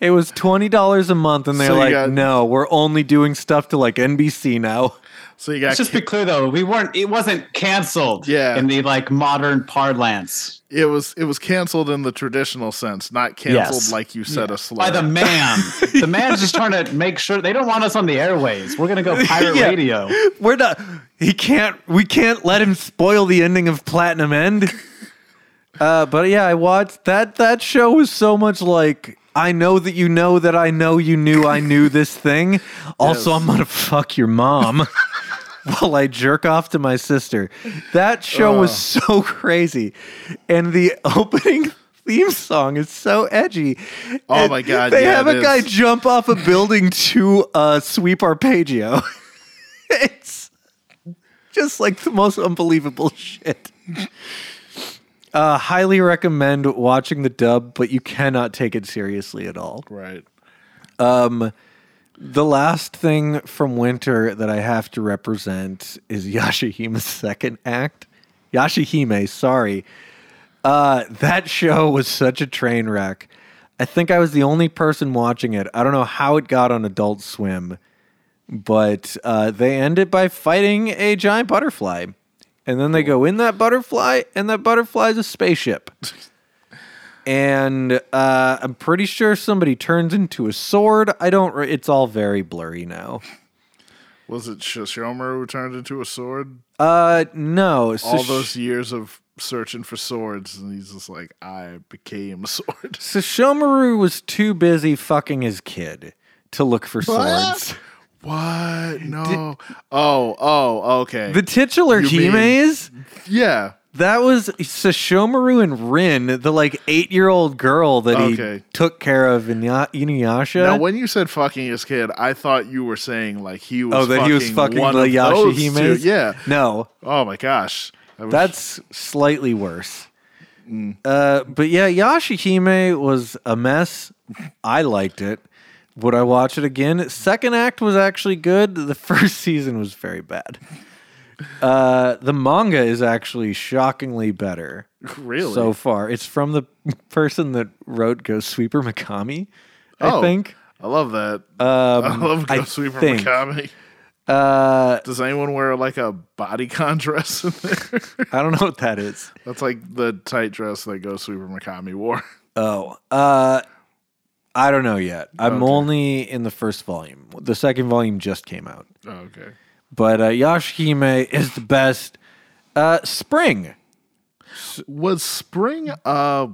Speaker 3: It was twenty dollars a month, and they're
Speaker 4: So you
Speaker 3: like,
Speaker 4: got-
Speaker 3: "No, we're only doing stuff to like NBC now."
Speaker 4: So you got
Speaker 5: Let's just be clear though, we weren't. It wasn't canceled.
Speaker 4: Yeah.
Speaker 5: In the like modern parlance,
Speaker 4: it was it was canceled in the traditional sense, not canceled
Speaker 5: Yes.
Speaker 4: like you said a slur.
Speaker 5: by the man. the man's just trying to make sure they don't want us on the airways. We're gonna go pirate
Speaker 3: Yeah.
Speaker 5: radio.
Speaker 3: We're not. He can't. We can't let him spoil the ending of Platinum End. Uh, but yeah, I watched that. That show was so much like I know that you know that I know you knew I
Speaker 4: *laughs*
Speaker 3: knew this thing. Also, I'm gonna fuck your mom *laughs* while I jerk off to my sister. That show was so crazy, and the *laughs* opening theme song is so edgy.
Speaker 4: Oh
Speaker 3: And
Speaker 4: my God,
Speaker 3: They
Speaker 4: yeah,
Speaker 3: have
Speaker 4: it
Speaker 3: a guy
Speaker 4: is.
Speaker 3: jump off a
Speaker 4: *laughs*
Speaker 3: building to uh, sweep arpeggio. *laughs* it's just like the most unbelievable *laughs* shit. Uh, highly recommend watching the dub, but you cannot take it seriously at all.
Speaker 4: right.
Speaker 3: The last thing from Winter that I have to represent is *laughs* Yashihime's second act. Yashihime, sorry. Uh, that show was such a train wreck. I think I was the only person watching it. I don't know how it got on Adult Swim, but uh, they end it by fighting a giant butterfly. And then they go in that butterfly, and that butterfly is a spaceship. and uh, I'm pretty sure somebody turns into a sword. I don't. re- It's all very blurry now.
Speaker 4: Was it Shishomaru who turned into a sword?
Speaker 3: Uh, no. So
Speaker 4: All those years of searching for swords, and he's just like, I became a sword. *laughs*
Speaker 3: So Shomaru was too busy fucking his kid to look for
Speaker 6: What?
Speaker 3: swords.
Speaker 4: What? No. oh, oh, okay.
Speaker 3: The titular
Speaker 4: You mean-
Speaker 3: Hime's
Speaker 4: yeah.
Speaker 3: that was Sashomaru and Rin, the like eight year old girl that he
Speaker 4: Okay.
Speaker 3: took care of in Ya- Inuyasha.
Speaker 4: Now, when you said fucking his kid, I thought you were saying like he was.
Speaker 3: oh, that he was fucking
Speaker 4: one
Speaker 3: the
Speaker 4: of those two.
Speaker 3: Yashihime's.
Speaker 4: Yeah.
Speaker 3: no,
Speaker 4: Oh my gosh. That was-
Speaker 3: That's slightly worse. Uh, but yeah, Yashihime was a mess. I liked it. Would I watch it again? Second act was actually good. The *laughs* first season was very bad. Uh, the manga is actually shockingly better
Speaker 4: really.
Speaker 3: so far. It's from the *laughs* person that wrote Ghost Sweeper Mikami, I
Speaker 4: Oh.
Speaker 3: think.
Speaker 4: I love that. I
Speaker 3: Um,
Speaker 4: love
Speaker 3: I
Speaker 4: Ghost Sweeper
Speaker 3: think.
Speaker 4: Mikami.
Speaker 3: uh,
Speaker 4: Does anyone wear like a bodycon *laughs* dress in there?
Speaker 3: I don't know what that is.
Speaker 4: That's like the tight dress that Ghost Sweeper Mikami wore. *laughs*
Speaker 3: Oh, uh, I don't know yet. I'm only in the first volume. The second volume just came out.
Speaker 4: Oh, okay.
Speaker 3: But uh, Yashihime is the best. Uh, spring.
Speaker 4: Was spring uh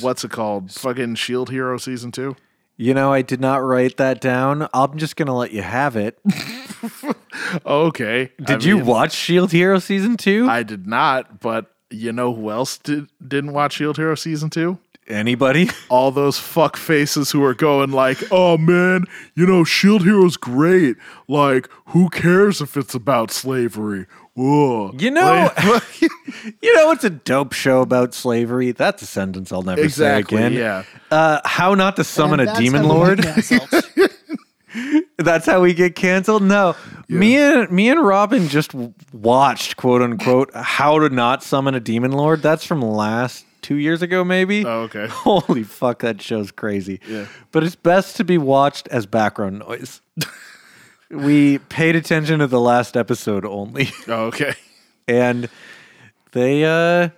Speaker 4: what's it called? Fucking Shield E Hero season two?
Speaker 3: You know, I did not write that down. I'm just gonna let you have
Speaker 4: *laughs*
Speaker 3: it.
Speaker 4: Okay.
Speaker 3: Did you watch Shield Hero season two?
Speaker 4: I did not, but you know who else did didn't watch Shield Hero season two?
Speaker 3: Anybody? *laughs*
Speaker 4: all those fuck faces who are going like, "Oh man, you know, Shield Hero's great. Like, who cares if it's about slavery?" Whoa.
Speaker 3: You know, *laughs* you know, it's a dope show about slavery. That's a sentence I'll never
Speaker 4: Exactly,
Speaker 3: say again.
Speaker 4: yeah.
Speaker 3: Uh, how not to summon
Speaker 6: And
Speaker 3: a
Speaker 6: that's
Speaker 3: demon
Speaker 6: how we
Speaker 3: lord. *laughs*
Speaker 6: cancel.
Speaker 3: That's how we get canceled. No, me and me and Robin just w- watched quote unquote how to not summon a demon lord. That's from last two years ago, maybe.
Speaker 4: Oh,
Speaker 3: *laughs*
Speaker 4: okay.
Speaker 3: Holy fuck, that show's crazy. Yeah. But it's best to be watched as background noise. *laughs* we paid attention to the last episode only, *laughs*
Speaker 4: Oh, okay.
Speaker 3: and they uh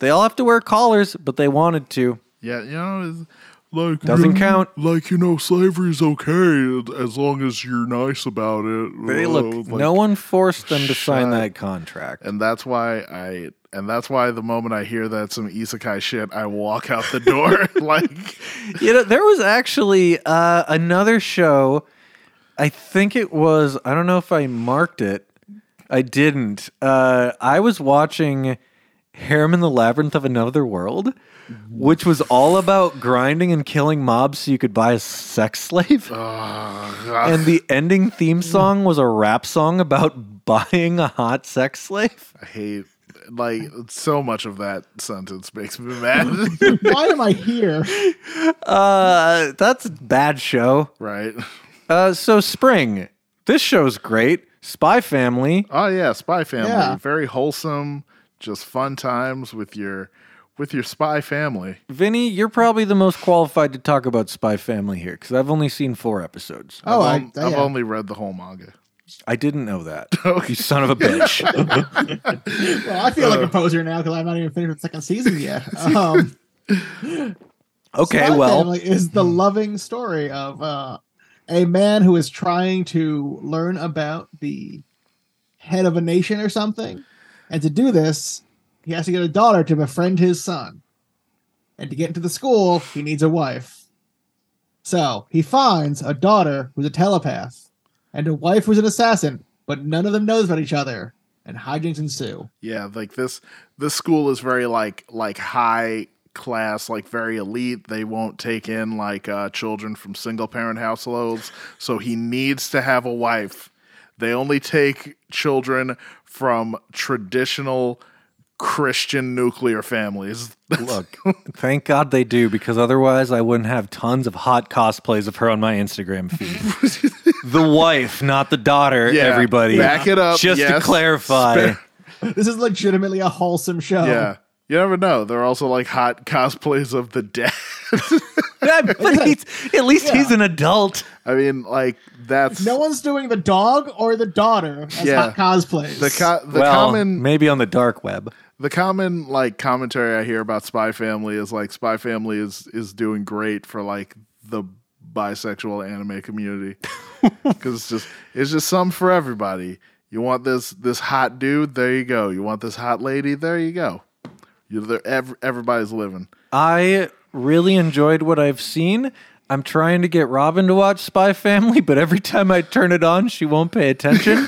Speaker 3: they all have to wear collars, but they wanted to.
Speaker 4: Yeah, you know, it's- like
Speaker 3: Doesn't
Speaker 4: you-
Speaker 3: count.
Speaker 4: Like you know, slavery's okay as long as you're nice about it.
Speaker 3: They
Speaker 4: Uh,
Speaker 3: look.
Speaker 4: like-
Speaker 3: no one forced them to sign
Speaker 4: shut-
Speaker 3: that contract.
Speaker 4: and that's why I. And that's why the moment I hear that some isekai shit, I walk out the door. *laughs* like,
Speaker 3: you know, there was actually uh, another show. I think it was. I don't know if I marked it. I didn't. Uh, I was watching Harem in the Labyrinth of Another World, which was all about grinding and killing mobs so you could buy a sex slave. and the ending theme song was a rap song about buying a hot sex slave.
Speaker 4: I hate like so much of that sentence makes me mad.
Speaker 6: *laughs* Why am I here?
Speaker 3: Uh, that's a bad show.
Speaker 4: right?
Speaker 3: Uh, so spring. This show's great. Spy Family.
Speaker 4: Oh yeah, Spy Family.
Speaker 6: Yeah.
Speaker 4: Very wholesome, just fun times with your with your spy family.
Speaker 3: Vinny, you're probably the most qualified to talk about Spy Family here because I've only seen four episodes.
Speaker 6: Oh, I,
Speaker 4: I've, on- I've
Speaker 6: yeah.
Speaker 4: only read the whole manga.
Speaker 3: I didn't know
Speaker 4: *laughs*
Speaker 3: that. You son of a bitch.
Speaker 6: well, I feel like
Speaker 3: uh,
Speaker 6: a poser now because I'm not even finished with the second season
Speaker 3: *laughs*
Speaker 6: yet. Um,
Speaker 3: *laughs* Okay,
Speaker 6: Spy
Speaker 3: well,
Speaker 6: Family is the loving story of uh, a man who is trying to learn about the head of a nation or something, and to do this, he has to get a daughter to befriend his son, and to get into the school, he needs a wife. So he finds a daughter who's a telepath, and a wife who's an assassin, but none of them knows about each other, and hijinks ensue. *laughs*
Speaker 4: Yeah, like this this school is very like like high class, like very elite. They won't take in like uh children from single parent households, so he needs to have a wife. They only take children from traditional Christian nuclear families. *laughs*
Speaker 3: look, thank God they do because otherwise I wouldn't have tons of hot cosplays of her on my Instagram feed.
Speaker 4: *laughs*
Speaker 3: the wife, not the daughter,
Speaker 4: Yeah,
Speaker 3: everybody.
Speaker 4: back it up,
Speaker 3: Just to
Speaker 4: yes.
Speaker 3: clarify.
Speaker 4: Spare-
Speaker 6: This is legitimately a wholesome show.
Speaker 4: Yeah. You never know. They're also like hot cosplays of the *laughs* dead.
Speaker 3: *laughs* Yeah, but he's, at least he's an adult.
Speaker 4: I mean, like that's
Speaker 6: No one's doing the dog or the daughter as
Speaker 4: Yeah.
Speaker 6: hot cosplays.
Speaker 4: the co- the
Speaker 3: well,
Speaker 4: common
Speaker 3: maybe on the dark web.
Speaker 4: the common like commentary I hear about Spy Family is like Spy Family is is doing great for like the bisexual anime community because it's just it's just some for everybody. You want this this hot dude? There you go. You want this hot lady? There you go. You're there, ev- everybody's living.
Speaker 3: I really enjoyed what I've seen. I'm trying to get Robin to watch Spy Family, but every time I turn it on, she won't pay
Speaker 4: *laughs*
Speaker 3: attention.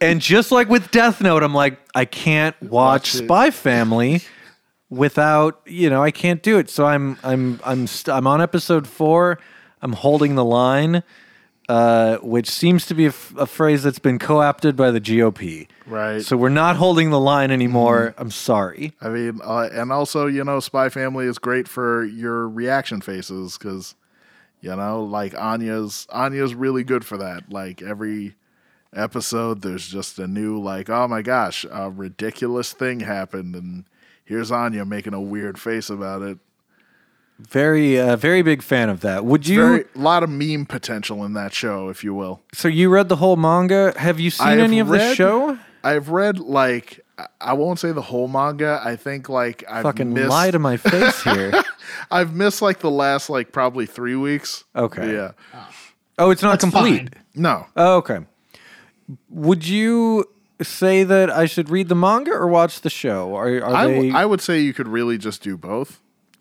Speaker 3: and just like with Death Note, I'm like, I can't watch,
Speaker 4: Watch it.
Speaker 3: Spy Family without, you know, I can't do it. So I'm I'm I'm st- I'm on episode 4. I'm holding the line, uh, which seems to be a, f- a phrase that's been co-opted by the GOP.
Speaker 4: Right. Mm-hmm.
Speaker 3: So we're not holding the line anymore. I'm sorry.
Speaker 4: I mean, uh, and also, you know, Spy Family is great for your reaction faces because, you know, like Anya's Anya's really good for that. Like every episode, there's just a new like, oh my gosh, a ridiculous thing happened, and here's Anya making a weird face about it.
Speaker 3: Very uh, very big fan of that. Would you
Speaker 4: Very a lot of meme potential in that show, if you will.
Speaker 3: So you read the whole manga. Have you seen
Speaker 4: I've
Speaker 3: any of the
Speaker 4: read-
Speaker 3: show?
Speaker 4: I've read like I- I won't say the whole manga. I think like I've
Speaker 3: Fucking
Speaker 4: missed,
Speaker 3: lie to
Speaker 4: *laughs*
Speaker 3: my face here.
Speaker 4: I've missed like the last like probably three weeks.
Speaker 3: Okay.
Speaker 4: Yeah.
Speaker 3: Oh, it's not
Speaker 6: That's
Speaker 3: complete.
Speaker 6: fine.
Speaker 4: No,
Speaker 3: Oh, okay. Would you say that I should read the manga or watch the show? Are, are
Speaker 4: I,
Speaker 3: they
Speaker 4: w- I would say you could really just do both.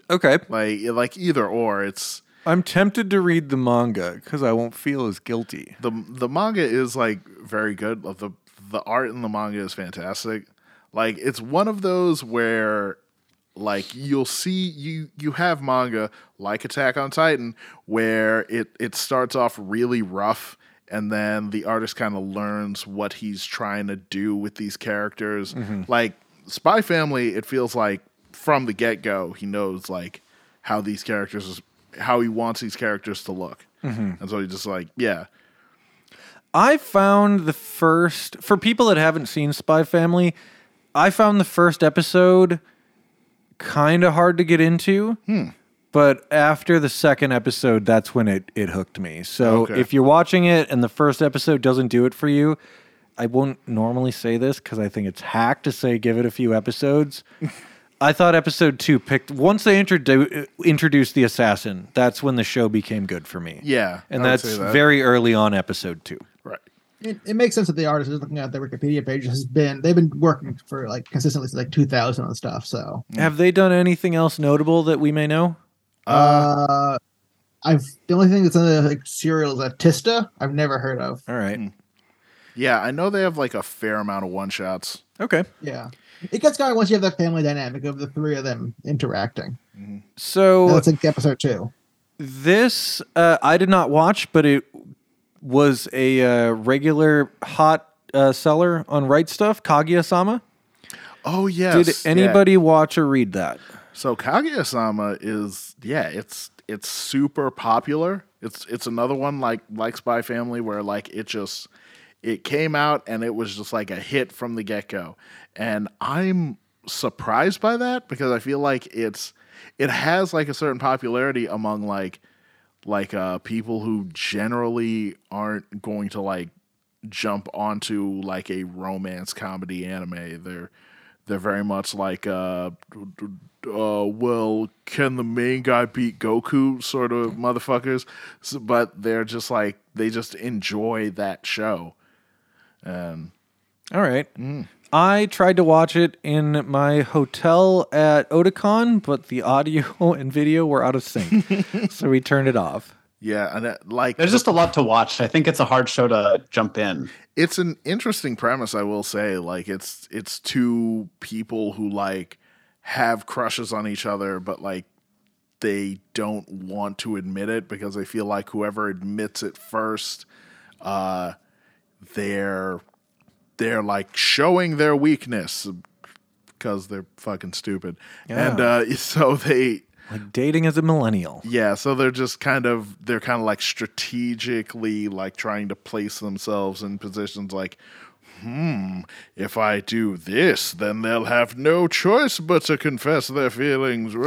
Speaker 3: okay?
Speaker 4: Like like either or. It's
Speaker 3: I'm tempted to read the manga because I won't feel as guilty.
Speaker 4: the the manga is like very good. Like, The the art in the manga is fantastic. Like it's one of those where like you'll see you you have manga like Attack on Titan where it it starts off really rough and then the artist kind of learns what he's trying to do with these characters. Like Spy Family, it feels like from the get go he knows like how these characters is how he wants these characters to look. And so he just like, yeah,
Speaker 3: I found the first for people that haven't seen Spy Family, I found the first episode kind of hard to get into.
Speaker 4: Hmm.
Speaker 3: But after the second episode, that's when it it hooked me. So
Speaker 4: Okay.
Speaker 3: if you're watching it and the first episode doesn't do it for you, I won't normally say this because I think it's hack to say give it a few
Speaker 4: *laughs*
Speaker 3: episodes. I thought episode two picked once they introdu- introduced the assassin. That's when the show became good for me.
Speaker 4: Yeah,
Speaker 3: and
Speaker 4: I would
Speaker 3: that's
Speaker 4: say that.
Speaker 3: very early on episode two.
Speaker 4: right.
Speaker 6: It, it makes sense that the artist is looking at their Wikipedia page has been they've been working for like consistently since like 2000 and stuff. So
Speaker 3: Mm. Have they done anything else notable that we may know?
Speaker 6: uh, I've the only thing that's in the like, serial is Atista. I've never heard of.
Speaker 3: All right.
Speaker 4: Yeah, I know they have like a fair amount of one shots.
Speaker 3: Okay.
Speaker 6: Yeah, it gets going once you have that family dynamic of the three of them interacting.
Speaker 3: So
Speaker 6: That's like episode two.
Speaker 3: this uh, I did not watch, but it was a uh, regular hot uh, seller on Right Stuff, Kaguya Sama.
Speaker 4: Oh yes.
Speaker 3: Did anybody watch or read that?
Speaker 4: Yeah. So Kaguya-sama is yeah, it's it's super popular. It's it's another one like like Spy Family where like it just it came out and it was just like a hit from the get-go. And I'm surprised by that because I feel like it's it has like a certain popularity among like like uh people who generally aren't going to like jump onto like a romance comedy anime. They're they're very much like uh, uh well, can the main guy beat Goku sort of motherfuckers, so, but they're just like they just enjoy that show. And
Speaker 3: All right. I tried to watch it in my hotel at Otakon, but the audio *laughs* and video were out of sync. so we turned it off.
Speaker 4: yeah, and that, like
Speaker 5: There's just a lot to watch. I think it's a hard show to jump in.
Speaker 4: it's an interesting premise i will say like it's it's two people who like have crushes on each other but like they don't want to admit it because they feel like whoever admits it first uh they're they're like showing their weakness because they're fucking stupid and uh *laughs* so they
Speaker 3: Like dating as a millennial.
Speaker 4: yeah, so they're just kind of they're kind of like strategically like trying to place themselves in positions like hmm, if I do this, then they'll have no choice but to confess their feelings. *laughs*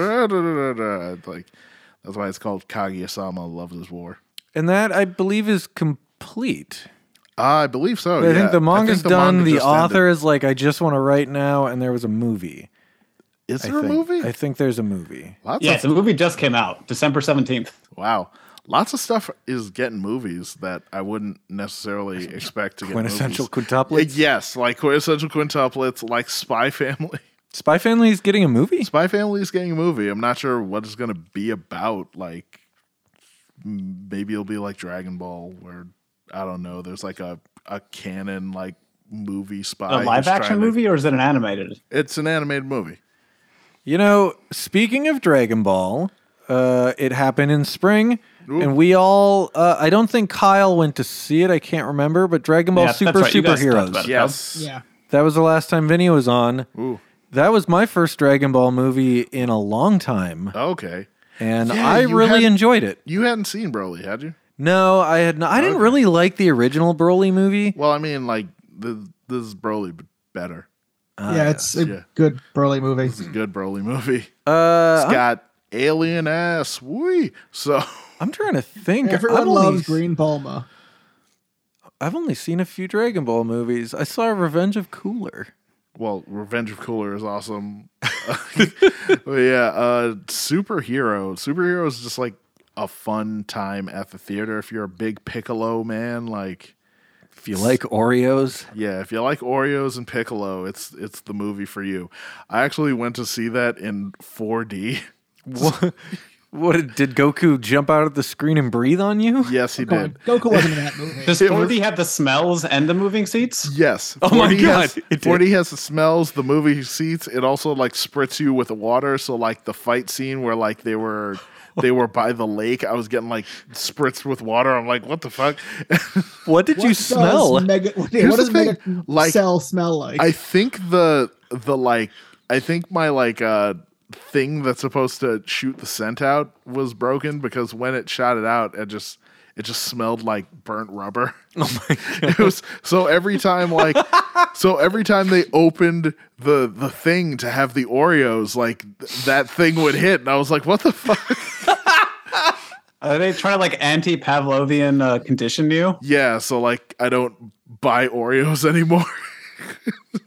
Speaker 4: Like that's why it's called Kaguya-sama Love is War.
Speaker 3: And that I believe is complete.
Speaker 4: I believe so.
Speaker 3: I
Speaker 4: yeah.
Speaker 3: think the manga's
Speaker 4: the
Speaker 3: done.
Speaker 4: manga
Speaker 3: the
Speaker 4: just
Speaker 3: author
Speaker 4: ended.
Speaker 3: is like, I just want to write now, and there was a movie.
Speaker 4: is
Speaker 3: I
Speaker 4: there a
Speaker 3: think.
Speaker 4: movie?
Speaker 3: I think there's a movie.
Speaker 4: Lots
Speaker 5: Yeah,
Speaker 4: of
Speaker 5: the movie just came out December 17th.
Speaker 4: wow. Lots of stuff is getting movies that I wouldn't
Speaker 5: *laughs*
Speaker 4: necessarily expect to get.
Speaker 3: Quintessential
Speaker 4: movies.
Speaker 3: quintuplets.
Speaker 4: Yes, like quintessential quintuplets, like Spy Family. *laughs*
Speaker 3: Spy Family is getting a movie.
Speaker 4: Spy Family is getting a movie. I'm not sure what it's going to be about. Like, m- maybe it'll be like Dragon Ball, where I don't know. There's like a a canon like movie spy.
Speaker 5: A
Speaker 4: who's
Speaker 5: live
Speaker 4: trying
Speaker 5: action
Speaker 4: to-
Speaker 5: movie or is it an animated?
Speaker 4: It's an animated movie.
Speaker 3: You know, speaking of Dragon Ball, uh, it happened in spring, and we all. Uh, I don't think Kyle went to see it. I can't remember, but Dragon Ball
Speaker 5: Yeah, that's
Speaker 3: Super
Speaker 5: right. You guys talked
Speaker 3: Superheroes.
Speaker 5: about it.
Speaker 4: Yes.
Speaker 6: Yeah.
Speaker 3: That was the last time Vinny was on.
Speaker 4: Ooh.
Speaker 3: That was my first Dragon Ball movie in a long time,
Speaker 4: Okay.
Speaker 3: and
Speaker 4: Yeah,
Speaker 3: I
Speaker 4: you
Speaker 3: really
Speaker 4: had-
Speaker 3: enjoyed it.
Speaker 4: You hadn't seen Broly, had you?
Speaker 3: No, I had not. I didn't really like the original Broly movie.
Speaker 4: Well, I mean, like the, this is Broly, but better.
Speaker 6: yeah, it's a
Speaker 4: Ah, yeah.
Speaker 6: good Broly movie.
Speaker 4: It's a good Broly movie.
Speaker 3: Uh,
Speaker 4: it's
Speaker 3: I'm,
Speaker 4: got alien ass. Wee. So *laughs*
Speaker 3: I'm trying to think.
Speaker 6: Everyone
Speaker 3: I've
Speaker 6: loves
Speaker 3: only,
Speaker 6: Green Bulma.
Speaker 3: I've only seen a few Dragon Ball movies. I saw Revenge of Cooler.
Speaker 4: well, Revenge of Cooler is awesome. *laughs* but yeah, uh, superhero. Superhero is just like a fun time at the theater. If you're a big Piccolo man, like
Speaker 3: If you like Oreos,
Speaker 4: yeah, if you like Oreos and Piccolo, it's it's the movie for you. I actually went to see that in 4D.
Speaker 3: what, what did Goku jump out of the screen and breathe on you?
Speaker 4: *laughs* Yes, he
Speaker 6: Come on,
Speaker 4: did.
Speaker 6: Goku wasn't in that movie.
Speaker 5: Does 4D have the smells and the moving seats?
Speaker 4: Yes.
Speaker 3: Oh my
Speaker 4: 4D
Speaker 3: God,
Speaker 4: has-
Speaker 3: it did.
Speaker 4: 4D has the smells, the movie seats. It also like spritz you with the water. So like the fight scene where like they were they were by the lake. I was getting like spritzed with water. I'm like, what the fuck? *laughs*
Speaker 3: What did you
Speaker 6: What
Speaker 3: smell?
Speaker 6: Does mega, *laughs* what,
Speaker 4: Here's
Speaker 6: what does
Speaker 4: the thing,
Speaker 6: Mega
Speaker 4: like,
Speaker 6: Cell smell like?
Speaker 4: I think the the like I think my like uh thing that's supposed to shoot the scent out was broken because when it shot it out, it just it just smelled like burnt rubber. *laughs* Oh my god. It was so every time like so every time they opened the the thing to have the Oreos, like th- that thing would hit and I was like, what the fuck? *laughs*
Speaker 5: Are they trying to like anti Pavlovian uh, condition you?
Speaker 4: yeah, so like I don't buy Oreos *laughs* anymore.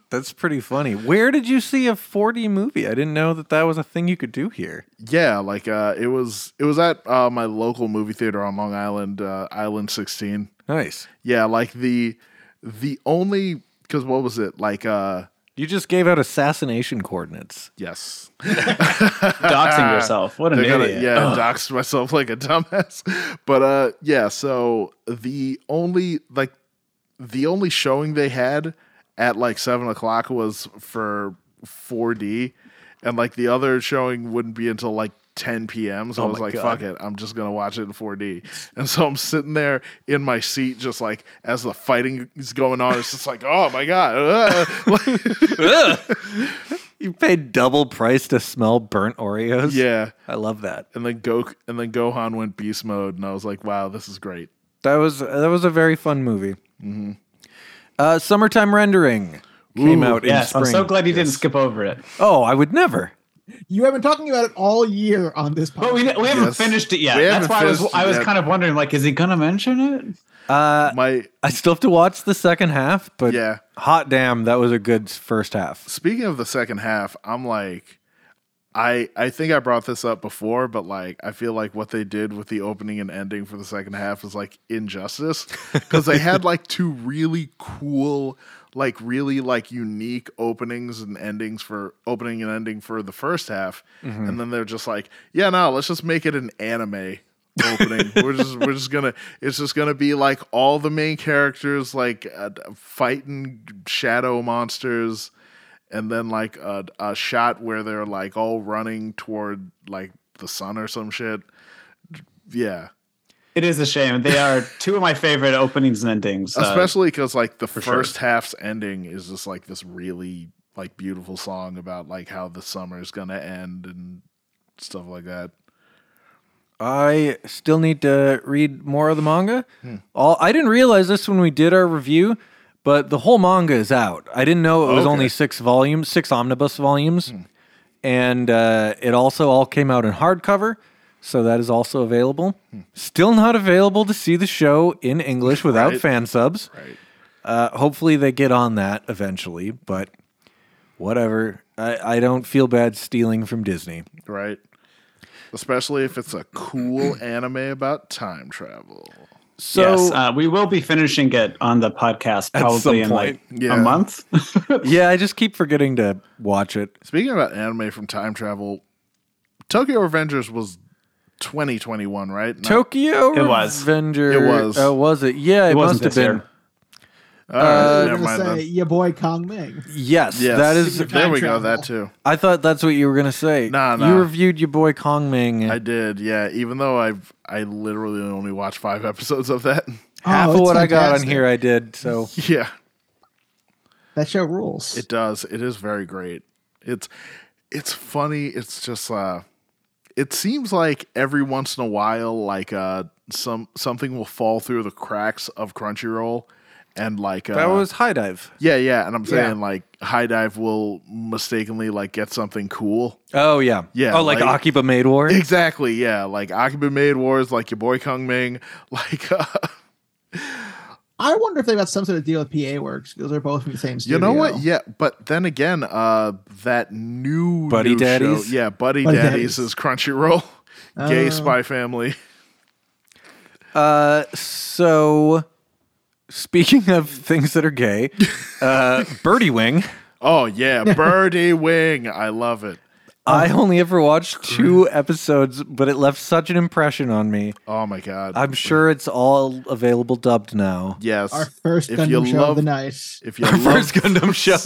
Speaker 3: That's pretty funny. Where did you see a 4D movie? I didn't know that that was a thing you could do here.
Speaker 4: Yeah, like uh, it was it was at uh, my local movie theater on Long Island, uh, Island 16.
Speaker 3: Nice.
Speaker 4: Yeah, like the the only because what was it like? uh
Speaker 3: You just gave out assassination coordinates.
Speaker 4: Yes, *laughs*
Speaker 5: Doxing yourself. What an
Speaker 4: They're
Speaker 5: idiot.
Speaker 4: gonna- yeah, doxed myself *laughs* like a dumbass. But uh, yeah, so the only like the only showing they had at like seven o'clock was for 4D, and like the other showing wouldn't be until like 10 p.m. So
Speaker 3: Oh
Speaker 4: I was
Speaker 3: my
Speaker 4: like,
Speaker 3: God.
Speaker 4: fuck it, I'm just gonna watch it in 4D. And so I'm sitting there in my seat, just like as the fighting is going on, it's just like, oh my god. *laughs* uh, like-
Speaker 3: You paid double price to smell burnt Oreos.
Speaker 4: yeah.
Speaker 3: I love that.
Speaker 4: And then Go and then Gohan went beast mode, and I was like, wow, this is great.
Speaker 3: That was that was a very fun movie. Uh, Summertime Rendering came
Speaker 4: Ooh,
Speaker 3: out in
Speaker 5: Yes,
Speaker 3: spring.
Speaker 5: I'm so glad you didn't skip over it.
Speaker 3: Oh, I would never.
Speaker 6: You have been talking about it all year on this podcast.
Speaker 5: But we, we haven't
Speaker 4: Yes.
Speaker 5: finished it yet.
Speaker 4: We
Speaker 5: That's
Speaker 4: haven't
Speaker 5: why I was
Speaker 4: finished it
Speaker 5: I was
Speaker 4: yet.
Speaker 5: kind of wondering like, is he gonna mention it?
Speaker 4: my
Speaker 3: I still have to watch the second half, but
Speaker 4: Yeah.
Speaker 3: hot damn, that was a good s- first half.
Speaker 4: speaking of the second half, I'm like, I I think I brought this up before, but like I feel like what they did with the opening and ending for the second half was like injustice because they had like two really cool, like really like unique openings and endings for opening and ending for the first half, and then they're just like, yeah, no, let's just make it an anime opening. we're just we're just gonna it's just gonna be like all the main characters like uh, fighting shadow monsters and then like a, a shot where they're like all running toward like the sun or some shit. Yeah,
Speaker 5: It is a shame.
Speaker 4: *laughs*
Speaker 5: They are two of my favorite openings and endings. uh,
Speaker 4: especially because like the
Speaker 5: sure.
Speaker 4: first half's ending is just like this really like beautiful song about like how the summer is gonna end and stuff like that.
Speaker 3: I still need to read more of the manga.
Speaker 4: Hmm.
Speaker 3: All I didn't realize this when we did our review, but the whole manga is out. I didn't know it was
Speaker 4: Okay. Hmm.
Speaker 3: only six volumes, six omnibus volumes, and uh, it also all came out in hardcover, so that is also available.
Speaker 4: Hmm.
Speaker 3: Still not available to see the show in English without
Speaker 4: Right.
Speaker 3: fan subs.
Speaker 4: Right.
Speaker 3: Uh, hopefully they get on that eventually, but whatever. I, I don't feel bad stealing from Disney.
Speaker 4: Right. Especially if it's a cool anime about time travel.
Speaker 3: So
Speaker 5: yes, uh, we will be finishing it on the podcast
Speaker 3: some
Speaker 5: probably in
Speaker 3: point.
Speaker 5: like
Speaker 4: Yeah.
Speaker 5: a month. *laughs*
Speaker 3: yeah, I just keep forgetting to watch it.
Speaker 4: Speaking about anime from time travel, Tokyo Revengers was 2021, right? Not-
Speaker 3: Tokyo
Speaker 5: It was.
Speaker 3: Revenger.
Speaker 4: It was.
Speaker 3: Oh, was it? Yeah, it, must
Speaker 5: wasn't
Speaker 3: have
Speaker 5: this
Speaker 3: been.
Speaker 5: year.
Speaker 4: All right,
Speaker 6: You're
Speaker 4: Uh, never
Speaker 6: gonna
Speaker 4: mind
Speaker 6: say
Speaker 4: then.
Speaker 6: your boy Kong Ming.
Speaker 3: Yes,
Speaker 4: Yes.
Speaker 3: that is.
Speaker 4: there we
Speaker 6: Time
Speaker 4: go.
Speaker 6: travel.
Speaker 4: That too.
Speaker 3: I thought that's what you were gonna say.
Speaker 4: Nah, nah.
Speaker 3: You reviewed your boy Kong Ming.
Speaker 4: I did. Yeah. Even though I've I literally only watched five episodes of that. *laughs*
Speaker 3: Half
Speaker 6: Oh,
Speaker 3: of
Speaker 6: it's
Speaker 3: what I got on
Speaker 6: fantastic.
Speaker 3: here, I did. So
Speaker 4: yeah,
Speaker 6: That show rules.
Speaker 4: it does. It is very great. It's it's funny. It's just uh, it seems like every once in a while, like uh, some something will fall through the cracks of Crunchyroll, and like uh,
Speaker 3: that was high dive.
Speaker 4: yeah, yeah. And I'm
Speaker 6: Yeah.
Speaker 4: saying like High Dive will mistakenly like get something cool.
Speaker 3: Oh yeah,
Speaker 4: Yeah,
Speaker 3: Oh, like,
Speaker 4: like-
Speaker 3: Akiba Maid War.
Speaker 4: Exactly, yeah. Like Akiba Made Wars, like your boy Kung Ming, *laughs* like uh,
Speaker 6: I wonder if they got some sort of deal with PA Works because they're both from the same studio.
Speaker 4: You know what? Yeah, but then again, uh, that new
Speaker 3: Buddy
Speaker 4: new show-
Speaker 3: Daddies?
Speaker 4: yeah, Buddy,
Speaker 6: Buddy
Speaker 4: Daddies,
Speaker 6: Daddies. Oh.
Speaker 4: is Crunchyroll, *laughs* gay spy family.
Speaker 3: Uh, so speaking of things that are *laughs* gay, uh, Birdie Wing.
Speaker 4: Oh
Speaker 6: *laughs*
Speaker 4: yeah, Birdie Wing, I love it.
Speaker 3: I only ever watched two episodes, but it left such an impression on me.
Speaker 4: Oh my god,
Speaker 3: I'm sure it's all available dubbed now.
Speaker 4: yes.
Speaker 6: Our first
Speaker 4: If
Speaker 6: Gundam
Speaker 4: you
Speaker 6: show
Speaker 4: love-
Speaker 6: of the night.
Speaker 4: if you loved,
Speaker 3: Gundam show.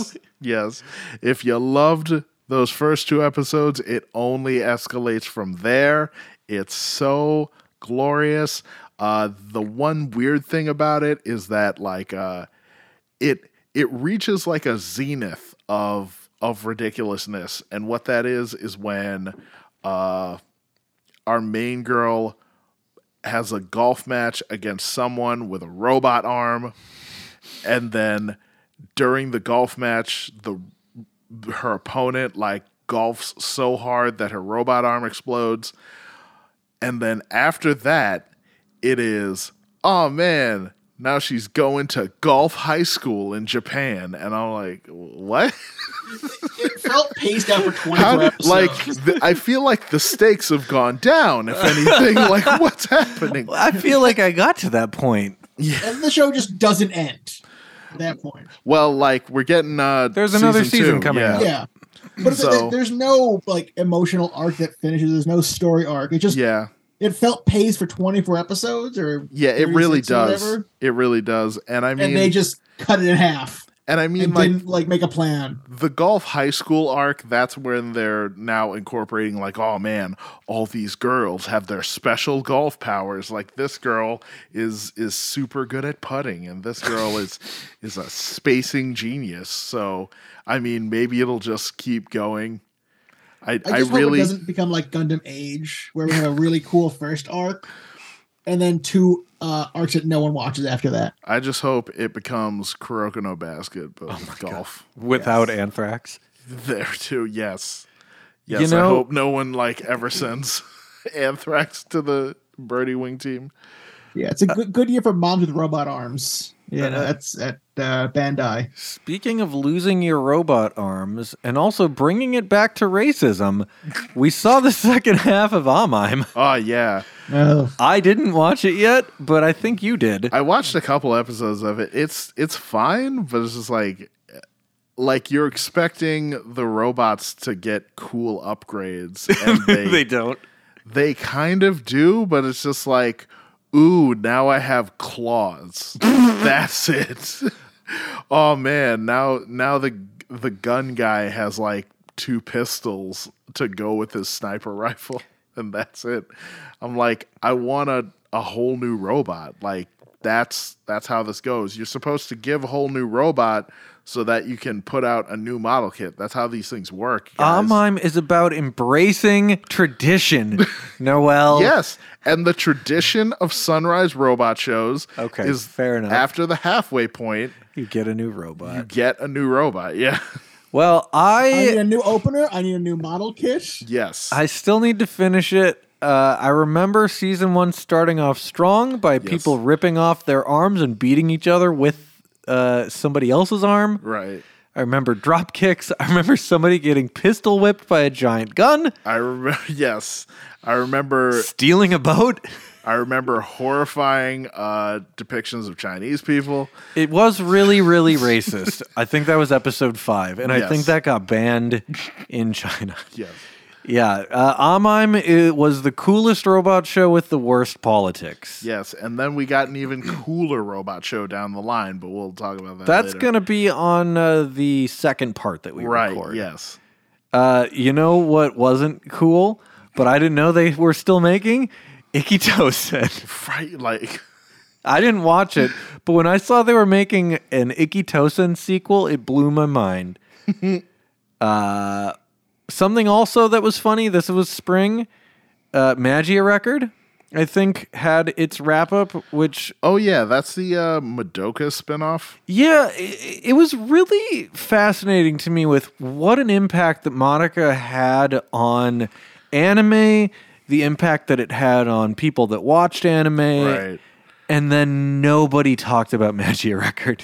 Speaker 4: yes, if you loved those first two episodes, it only escalates from there. It's so glorious. Uh, the one weird thing about it is that like uh, it it reaches like a zenith of of ridiculousness and what that is is when uh our main girl has a golf match against someone with a robot arm and then during the golf match the her opponent like golfs so hard that her robot arm explodes and then after that, it is, oh man, now she's going to golf high school in Japan. And I'm like, what?
Speaker 6: It felt
Speaker 4: *laughs*
Speaker 6: paced out for 24
Speaker 4: How did, like, th- I feel like the stakes have gone down, if anything. *laughs* like, what's happening?
Speaker 3: I feel like I got to that point.
Speaker 6: and the show just doesn't end at that point.
Speaker 4: Well, like, we're getting, uh,
Speaker 3: There's another season coming
Speaker 4: yeah.
Speaker 3: out.
Speaker 6: Yeah. But it's-
Speaker 4: So-
Speaker 6: there's no like emotional arc that finishes. There's no story arc. It just
Speaker 4: Yeah.
Speaker 6: it felt paced for 24 episodes or
Speaker 4: Yeah, it really
Speaker 6: 36 or
Speaker 4: does.
Speaker 6: whatever,
Speaker 4: It really does. And I mean,
Speaker 6: and they just cut it in half.
Speaker 4: And I mean,
Speaker 6: and
Speaker 4: like
Speaker 6: didn't like make a plan.
Speaker 4: the golf high school arc, that's when they're now incorporating, like, oh man, all these girls have their special golf powers. Like this girl is is super good at putting, and this girl
Speaker 6: *laughs*
Speaker 4: is is a spacing genius. So I mean, maybe it'll just keep going. I, I,
Speaker 6: I just hope
Speaker 4: really
Speaker 6: it doesn't become like Gundam Age, where we have a really cool first arc, and then two uh, arcs that no one watches after that.
Speaker 4: I just hope it becomes Kuroko no Basket,
Speaker 6: Oh
Speaker 4: but with golf.
Speaker 3: without anthrax.
Speaker 4: *laughs* There too, yes. Yes,
Speaker 3: You know-
Speaker 4: I hope no one like ever sends *laughs* anthrax to the birdie wing team.
Speaker 6: Yeah, it's a
Speaker 4: Uh,
Speaker 6: good, good year for moms with robot arms. Yeah, that's at uh, Bandai.
Speaker 3: Speaking of losing your robot arms and also bringing it back to racism, we saw the *laughs* second half of Amime.
Speaker 4: Oh yeah.
Speaker 6: Oh,
Speaker 3: I didn't watch it yet, but I think you did.
Speaker 4: I watched a couple episodes of it. It's it's fine, but it's just like like you're expecting the robots to get
Speaker 3: *laughs*
Speaker 4: cool upgrades and
Speaker 3: *laughs*
Speaker 4: they
Speaker 3: they
Speaker 4: they,
Speaker 3: don't.
Speaker 4: kind of do, but it's just like ooh, now I have claws. *laughs* That's it. *laughs* oh man, now now the the gun guy has like two pistols to go with his sniper *laughs* rifle and that's it. I'm like I want a a whole new robot. Like that's that's how this goes. You're supposed to give a whole new robot so that you can put out a new model kit. That's how these things work. guys.
Speaker 3: Amime is about embracing tradition, *laughs* Noel.
Speaker 4: Yes, and the tradition of sunrise robot shows
Speaker 3: Okay,
Speaker 4: is
Speaker 3: fair enough.
Speaker 4: After the halfway point,
Speaker 3: You get a new robot.
Speaker 4: get a new robot. Yeah. *laughs*
Speaker 3: Well,
Speaker 6: I need
Speaker 3: I
Speaker 6: a new opener. I need a new model kit.
Speaker 4: Yes.
Speaker 3: I still need to finish it. Uh, I remember season one starting off strong by people ripping off their arms and beating each other with uh, somebody else's arm.
Speaker 4: right.
Speaker 3: I remember drop kicks. I remember somebody getting pistol whipped by a giant gun,
Speaker 4: I remember *laughs* yes. I remember
Speaker 3: stealing a boat.
Speaker 4: I remember horrifying uh depictions of Chinese people.
Speaker 3: It was really, really racist. I think that was episode five, and I
Speaker 4: Yes.
Speaker 3: think that got banned in China.
Speaker 4: Yes.
Speaker 3: Yeah, uh, Amime it was the coolest robot show with the worst politics.
Speaker 4: Yes, and then we got an even cooler robot show down the line, but we'll talk about that.
Speaker 3: That's
Speaker 4: later.
Speaker 3: going to be on uh, the second part that we
Speaker 4: right.
Speaker 3: record.
Speaker 4: Yes,
Speaker 3: Uh, you know what wasn't cool, but I didn't know they were still making? Ikitosen.
Speaker 4: right. Like
Speaker 3: *laughs*
Speaker 4: *laughs*
Speaker 3: I didn't watch it, but when I saw they were making an Ikitosen sequel, it blew my
Speaker 4: *laughs*
Speaker 3: mind. uh, something also that was funny, this was spring, uh, Magia Record, I think, had its wrap up, which
Speaker 4: oh yeah, that's the uh, Madoka spinoff.
Speaker 3: Yeah, it, it was really fascinating to me with what an impact that Monica had on anime, the impact that it had on people that watched anime,
Speaker 4: Right.
Speaker 3: and then nobody talked about *laughs* Magia Record.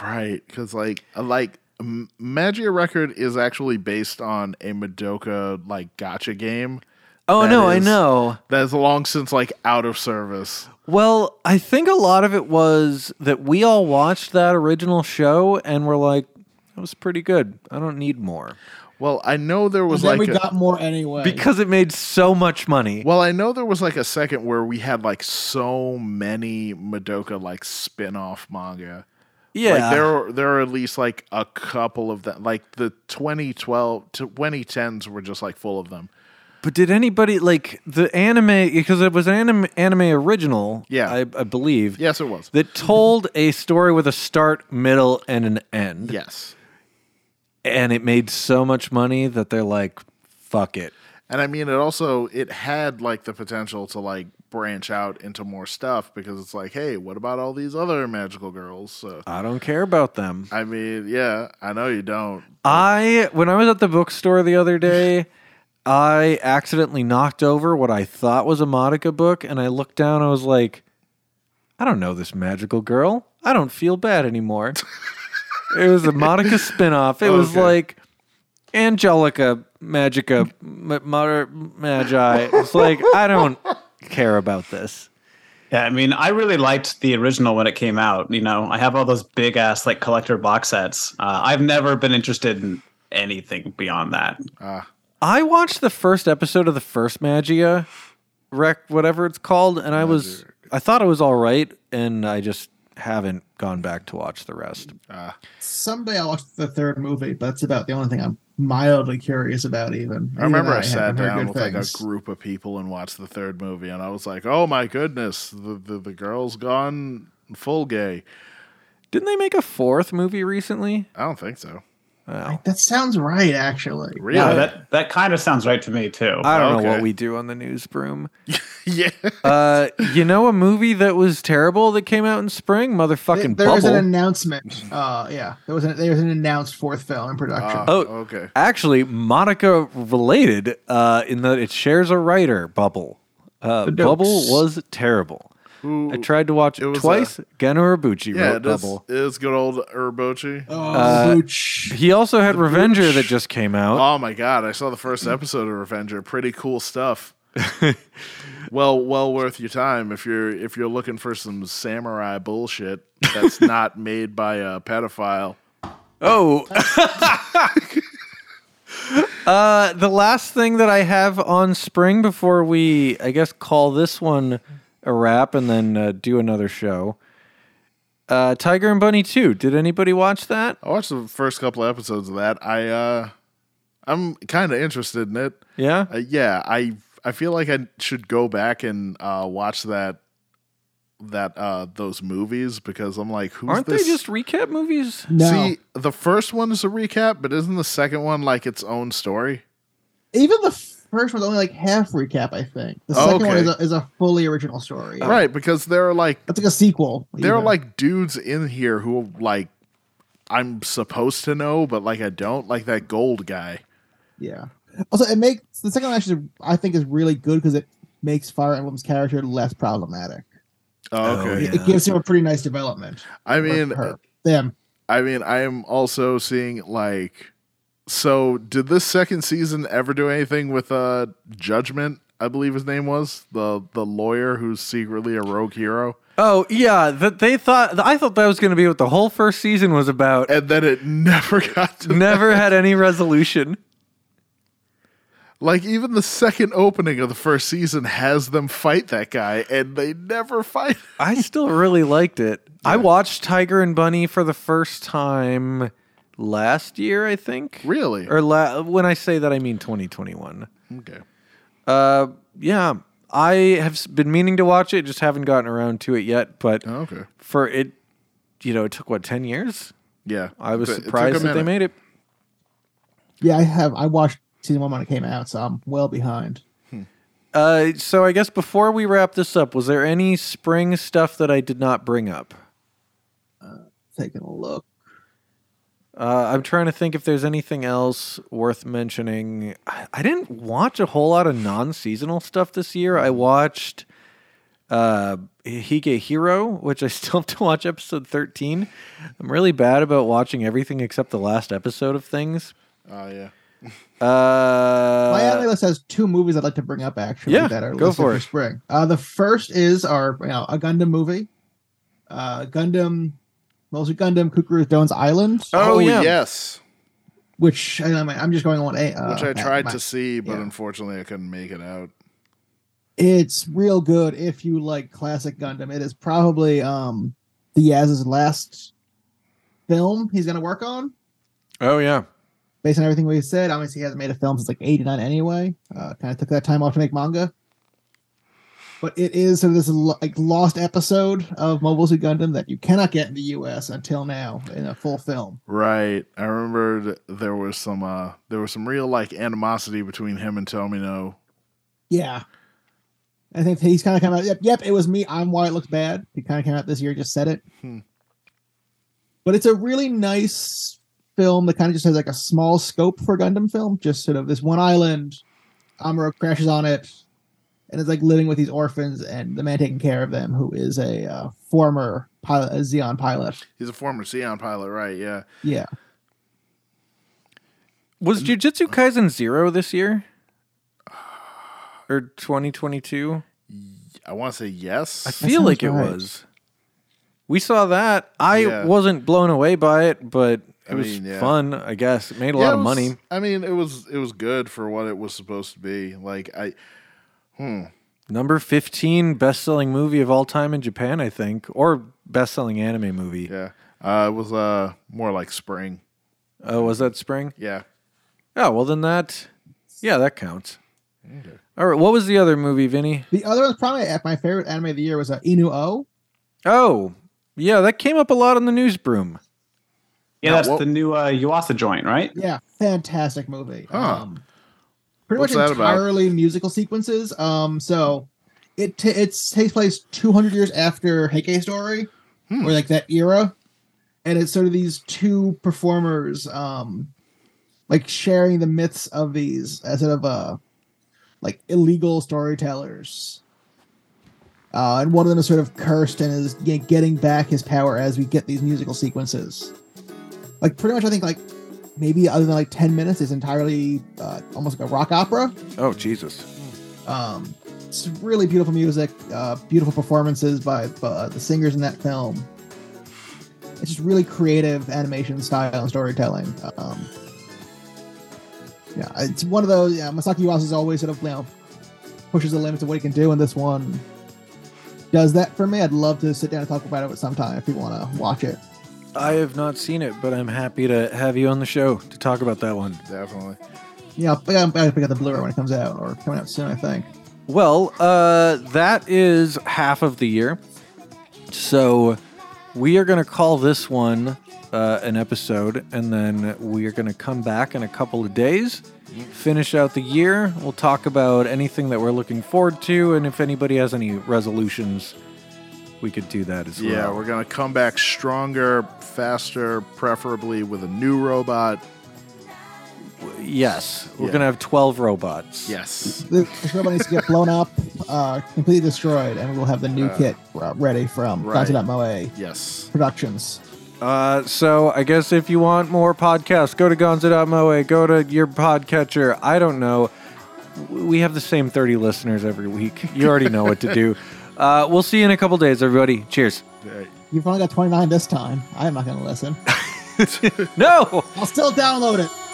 Speaker 4: Right, because like uh, like M- Magia Record is actually based on a Madoka like gotcha game.
Speaker 3: Oh
Speaker 4: That
Speaker 3: no, I
Speaker 4: is-
Speaker 6: Oh.
Speaker 3: know.
Speaker 4: that is long since like out of service.
Speaker 3: Well, I think a lot of it was that we all watched that original show and were like, "That was pretty good. I don't need more."
Speaker 4: Well, I know there
Speaker 6: And
Speaker 4: was
Speaker 6: then
Speaker 4: like
Speaker 6: we
Speaker 4: a,
Speaker 6: got more anyway.
Speaker 3: Because it made so much money.
Speaker 4: well, I know there was like a second where we had like so many Madoka like spin-off manga.
Speaker 3: yeah.
Speaker 4: Like there are, there are at least like a couple of them. Like the 2012 to 2010s were just like full of them.
Speaker 3: But did anybody like the anime? Because it was an anime, anime original,
Speaker 4: Yeah.
Speaker 3: I, I believe,
Speaker 4: Yes, it was.
Speaker 3: that told a story with a start, middle, and an end.
Speaker 4: yes.
Speaker 3: and it made so much money that they're like, "Fuck it."
Speaker 4: And I mean, it also it had like the potential to like branch out into more stuff because it's like, hey, what about all these other magical girls? So
Speaker 3: I don't care about them.
Speaker 4: I mean, yeah, I know you don't.
Speaker 3: I when I was at the bookstore the other day, I accidentally knocked over what I thought was a Modica book, and I looked down. I was like, I don't know this magical girl. I don't feel bad anymore. it was a Modica spinoff. It was
Speaker 4: Okay.
Speaker 3: like Angelica Magica M- Moder- Magi. It's like I don't care about this.
Speaker 5: Yeah, I mean, I really liked the original when it came out. You know, I have all those big ass like collector box sets. Uh, I've never been interested in anything beyond that.
Speaker 3: I watched the first episode of the first Magia rec whatever it's called and I was I thought it was all right and I just haven't gone back to watch the rest.
Speaker 4: Uh,
Speaker 6: Someday I'll watch the third movie, but that's about the only thing I'm mildly curious about. Even
Speaker 4: I remember
Speaker 6: Even
Speaker 4: I sat
Speaker 6: haven't heard
Speaker 4: down
Speaker 6: good
Speaker 4: with like
Speaker 6: things.
Speaker 4: a group of people and watched the third movie, and I was like, "Oh my goodness, the the, the girl's gone full gay."
Speaker 3: Didn't they make a fourth movie recently?
Speaker 4: I don't think so.
Speaker 3: Well,
Speaker 6: That sounds right, actually.
Speaker 4: Really?
Speaker 5: Yeah, that that kind of sounds right to me too.
Speaker 3: I don't know
Speaker 4: Okay.
Speaker 3: what we do on the newsroom.
Speaker 4: *laughs* yeah.
Speaker 3: Uh, you know, a movie that was terrible that came out in spring,
Speaker 6: There-
Speaker 3: motherfucking
Speaker 6: there was an
Speaker 3: Bubble.
Speaker 6: announcement. Uh, yeah, there was an, there was an announced fourth film in production.
Speaker 4: Ah,
Speaker 3: Oh.
Speaker 4: okay.
Speaker 3: Actually, Monica related uh, in that it shares a writer, Bubble. Uh,
Speaker 6: The Dukes.
Speaker 3: Bubble was terrible.
Speaker 4: Who,
Speaker 3: I trired to watch
Speaker 4: It
Speaker 3: it
Speaker 4: was uh,
Speaker 3: twice. Gano Uebuchi
Speaker 4: yeah,
Speaker 3: wrote
Speaker 4: it is,
Speaker 3: Bubble.
Speaker 4: it is good old Urbochi. Oh.
Speaker 6: Oh,
Speaker 3: Uh,
Speaker 6: Booch.
Speaker 3: He also had Revenger
Speaker 4: Dukes.
Speaker 3: that just came out.
Speaker 4: Oh my god, I saw
Speaker 3: *clears throat*
Speaker 4: the first episode of Revenger. Pretty
Speaker 3: *laughs*
Speaker 4: cool stuff. well, well worth your time if you're if you're looking for some samurai bullshit
Speaker 3: *laughs*
Speaker 4: that's not made by a pedophile.
Speaker 3: Oh.
Speaker 4: Oh.
Speaker 3: *laughs* uh, the last thing that I have on spring before we, I guess, call this one a wrap and then uh, do another show. Uh, Tiger and Bunny 2. Did anybody watch that?
Speaker 4: I watched the first couple of episodes of that. I uh I'm kind of interested in it.
Speaker 3: Yeah.
Speaker 4: Uh, yeah, I I feel like I should go back and uh watch that that uh those movies because I'm like who's
Speaker 3: Aren't
Speaker 4: this?
Speaker 3: they just recap movies?
Speaker 6: No,
Speaker 4: See, the first one is a recap, but isn't the second one like its own story?
Speaker 6: even the first one's only like half recap. I think the
Speaker 4: Oh,
Speaker 6: second one
Speaker 4: okay.
Speaker 6: is a, is a fully original story.
Speaker 4: Right, because there are like
Speaker 6: That's like a sequel.
Speaker 4: there are
Speaker 6: even.
Speaker 4: like dudes in here who like I'm supposed to know, but like I don't, like that gold guy.
Speaker 6: yeah. Also, it makes the second one actually I think is really good because it makes Fire Emblem's character less problematic.
Speaker 4: Oh,
Speaker 3: Oh,
Speaker 4: okay.
Speaker 3: yeah.
Speaker 6: It gives him a pretty nice development.
Speaker 4: I
Speaker 6: Or
Speaker 4: mean,
Speaker 6: her, them.
Speaker 4: I mean, I am also seeing like. So, did this second season ever do anything with uh Judgment? I believe his name was the the lawyer who's secretly a rogue hero,
Speaker 3: Oh, yeah. That they thought, I thought that was going to be what the whole first season was about.
Speaker 4: *laughs* and then it never got to
Speaker 3: Never had any resolution.
Speaker 4: like even the second opening of the first season has them fight that guy, and they never fight.
Speaker 3: I still really liked it. I watched Tiger and Bunny for the first time last year, I think.
Speaker 4: Really?
Speaker 3: Or la- when I say that, I mean 2021.
Speaker 4: Okay,
Speaker 3: Uh, yeah, I have s- been meaning to watch it, just haven't gotten around to it yet. But
Speaker 4: Oh, okay,
Speaker 3: for it, you know, it took what 10 years.
Speaker 4: yeah.
Speaker 3: I was
Speaker 4: It took a
Speaker 3: surprised that they
Speaker 4: minute.
Speaker 3: made it.
Speaker 6: Yeah, I have. I watched season one when it came out, so I'm well behind.
Speaker 3: Uh, so I guess before we wrap this up, was there any spring stuff that I did not bring up?
Speaker 6: Taking a look.
Speaker 3: Uh, I'm trying to think if there's anything else worth mentioning. I, I didn't watch a whole lot of non-seasonal stuff this year. I watched uh, Hige Hero, which I *laughs* still have to watch episode 13. I'm really bad about watching everything except the last episode of things.
Speaker 4: Oh yeah.
Speaker 6: My anime
Speaker 3: Uh,
Speaker 6: list has two movies I'd like to bring up actually
Speaker 3: Yeah,
Speaker 6: that are
Speaker 3: go
Speaker 6: listed
Speaker 3: for
Speaker 6: for,
Speaker 3: it.
Speaker 6: spring. Uh, the first is our you know, a Gundam movie, uh, Gundam, mostly Gundam Kukuru's Dones Island,
Speaker 3: Oh, yeah.
Speaker 4: yes,
Speaker 6: which I mean, I'm just going on a uh,
Speaker 4: which I
Speaker 6: at
Speaker 4: tried
Speaker 6: my-
Speaker 4: to see, but
Speaker 6: yeah.
Speaker 4: unfortunately I couldn't make it out.
Speaker 6: It's real good if you like classic Gundam. It is probably um Diaz's last film he's going to work on.
Speaker 3: oh yeah,
Speaker 6: based on everything we said, obviously he hasn't made a film since like '89 anyway. Uh, kind of took that time off to make manga, but it is sort of this lo- like lost episode of Mobile Suit Gundam that you cannot get in the U.S. until now in a full film.
Speaker 4: Right. I remembered there was some uh there was some real like animosity between him and Tomino.
Speaker 6: Yeah, I think he's kind of come out. Yep, yep, it was me. I'm why it looks bad. He kind of came out this year, just said it.
Speaker 4: Hmm.
Speaker 6: But it's a really nice film that kind of just has like a small scope for Gundam film. Just sort of this one island. Amuro crashes on it. and is like living with these orphans and the man taking care of them who is a uh, former pilot a xeon pilot
Speaker 4: He's a former Xeon pilot, right? Yeah.
Speaker 6: yeah
Speaker 3: was Jujutsu Kaisen Zero this year or 2022?
Speaker 4: I want to say yes.
Speaker 3: I feel
Speaker 6: sounds
Speaker 3: like it
Speaker 6: right.
Speaker 3: was. We saw that. I
Speaker 4: Yeah.
Speaker 3: wasn't blown away by it, but it
Speaker 4: I
Speaker 3: was
Speaker 4: mean, yeah.
Speaker 3: fun. I guess it made a
Speaker 4: Yeah,
Speaker 3: lot
Speaker 4: it
Speaker 3: of
Speaker 4: was-
Speaker 3: money.
Speaker 4: I mean, it was it was good for what it was supposed to be. Like I hmm.
Speaker 3: Number 15 best selling movie of all time in Japan, I think, or best selling anime movie.
Speaker 4: Yeah. Uh, it was uh more like spring.
Speaker 3: Oh, was that spring?
Speaker 4: Yeah.
Speaker 3: Oh, well, then that, yeah, that counts. All right. What was the other movie, Vinny?
Speaker 6: The other one's probably uh, my favorite anime of the year was uh, Inu O.
Speaker 3: Oh, yeah, that came up a lot on the newsroom.
Speaker 5: Yeah,
Speaker 4: Now,
Speaker 5: that's
Speaker 4: what-
Speaker 5: the new uh, Yuasa joint, right?
Speaker 6: Yeah, fantastic movie.
Speaker 4: Huh.
Speaker 6: Um, pretty
Speaker 4: What's
Speaker 6: much
Speaker 4: that about?
Speaker 6: entirely musical sequences. Um, so it t- it takes place 200 years after Heike Story,
Speaker 4: Hmm.
Speaker 6: or like that era, and it's sort of these two performers, um, like sharing the myths of these as sort of uh, like illegal storytellers. Uh, and one of them is sort of cursed and is you know, getting back his power as we get these musical sequences. Like pretty much, I think like maybe other than like 10 minutes is entirely uh, almost like a rock opera
Speaker 3: Oh, Jesus.
Speaker 6: um, it's really beautiful music uh, beautiful performances by uh, the singers in that film it's just really creative animation style and storytelling um, yeah it's one of those yeah masaki Yuasa is always sort of you know pushes the limits of what he can do and this one does that for me i'd love to sit down and talk about it sometime if you want to watch it
Speaker 3: I have not seen it, but I'm happy to have you on the show to talk about that one.
Speaker 4: Definitely.
Speaker 6: yeah i'll, I'll pick up the blu-ray when it comes out or coming out soon i think
Speaker 3: Well, uh, that is half of the year. So we are going to call this one uh, an episode, and then we are going to come back in a couple of days, finish out the year. We'll talk about anything that we're looking forward to, and if anybody has any resolutions, we could do that as
Speaker 4: Yeah,
Speaker 3: well.
Speaker 4: we're gonna come back stronger, faster, preferably with a new robot.
Speaker 3: yes, we're
Speaker 4: Yeah.
Speaker 3: going to have 12 robots.
Speaker 4: Yes.
Speaker 6: The robot needs to get blown up, uh, completely destroyed, and we'll have the new kit uh, ready from
Speaker 4: right.
Speaker 6: right. Moe
Speaker 4: Yes.
Speaker 6: Productions.
Speaker 3: Uh, so I guess if you want more podcasts, go to gonzo.moe, go to your podcatcher. I don't know. We have the same 30 listeners every week. You already know what to do. Uh, we'll see you in a couple days, everybody. Cheers.
Speaker 4: Right.
Speaker 6: You've only got 29 this time. I'm not going to listen.
Speaker 3: No!
Speaker 6: I'll still download it.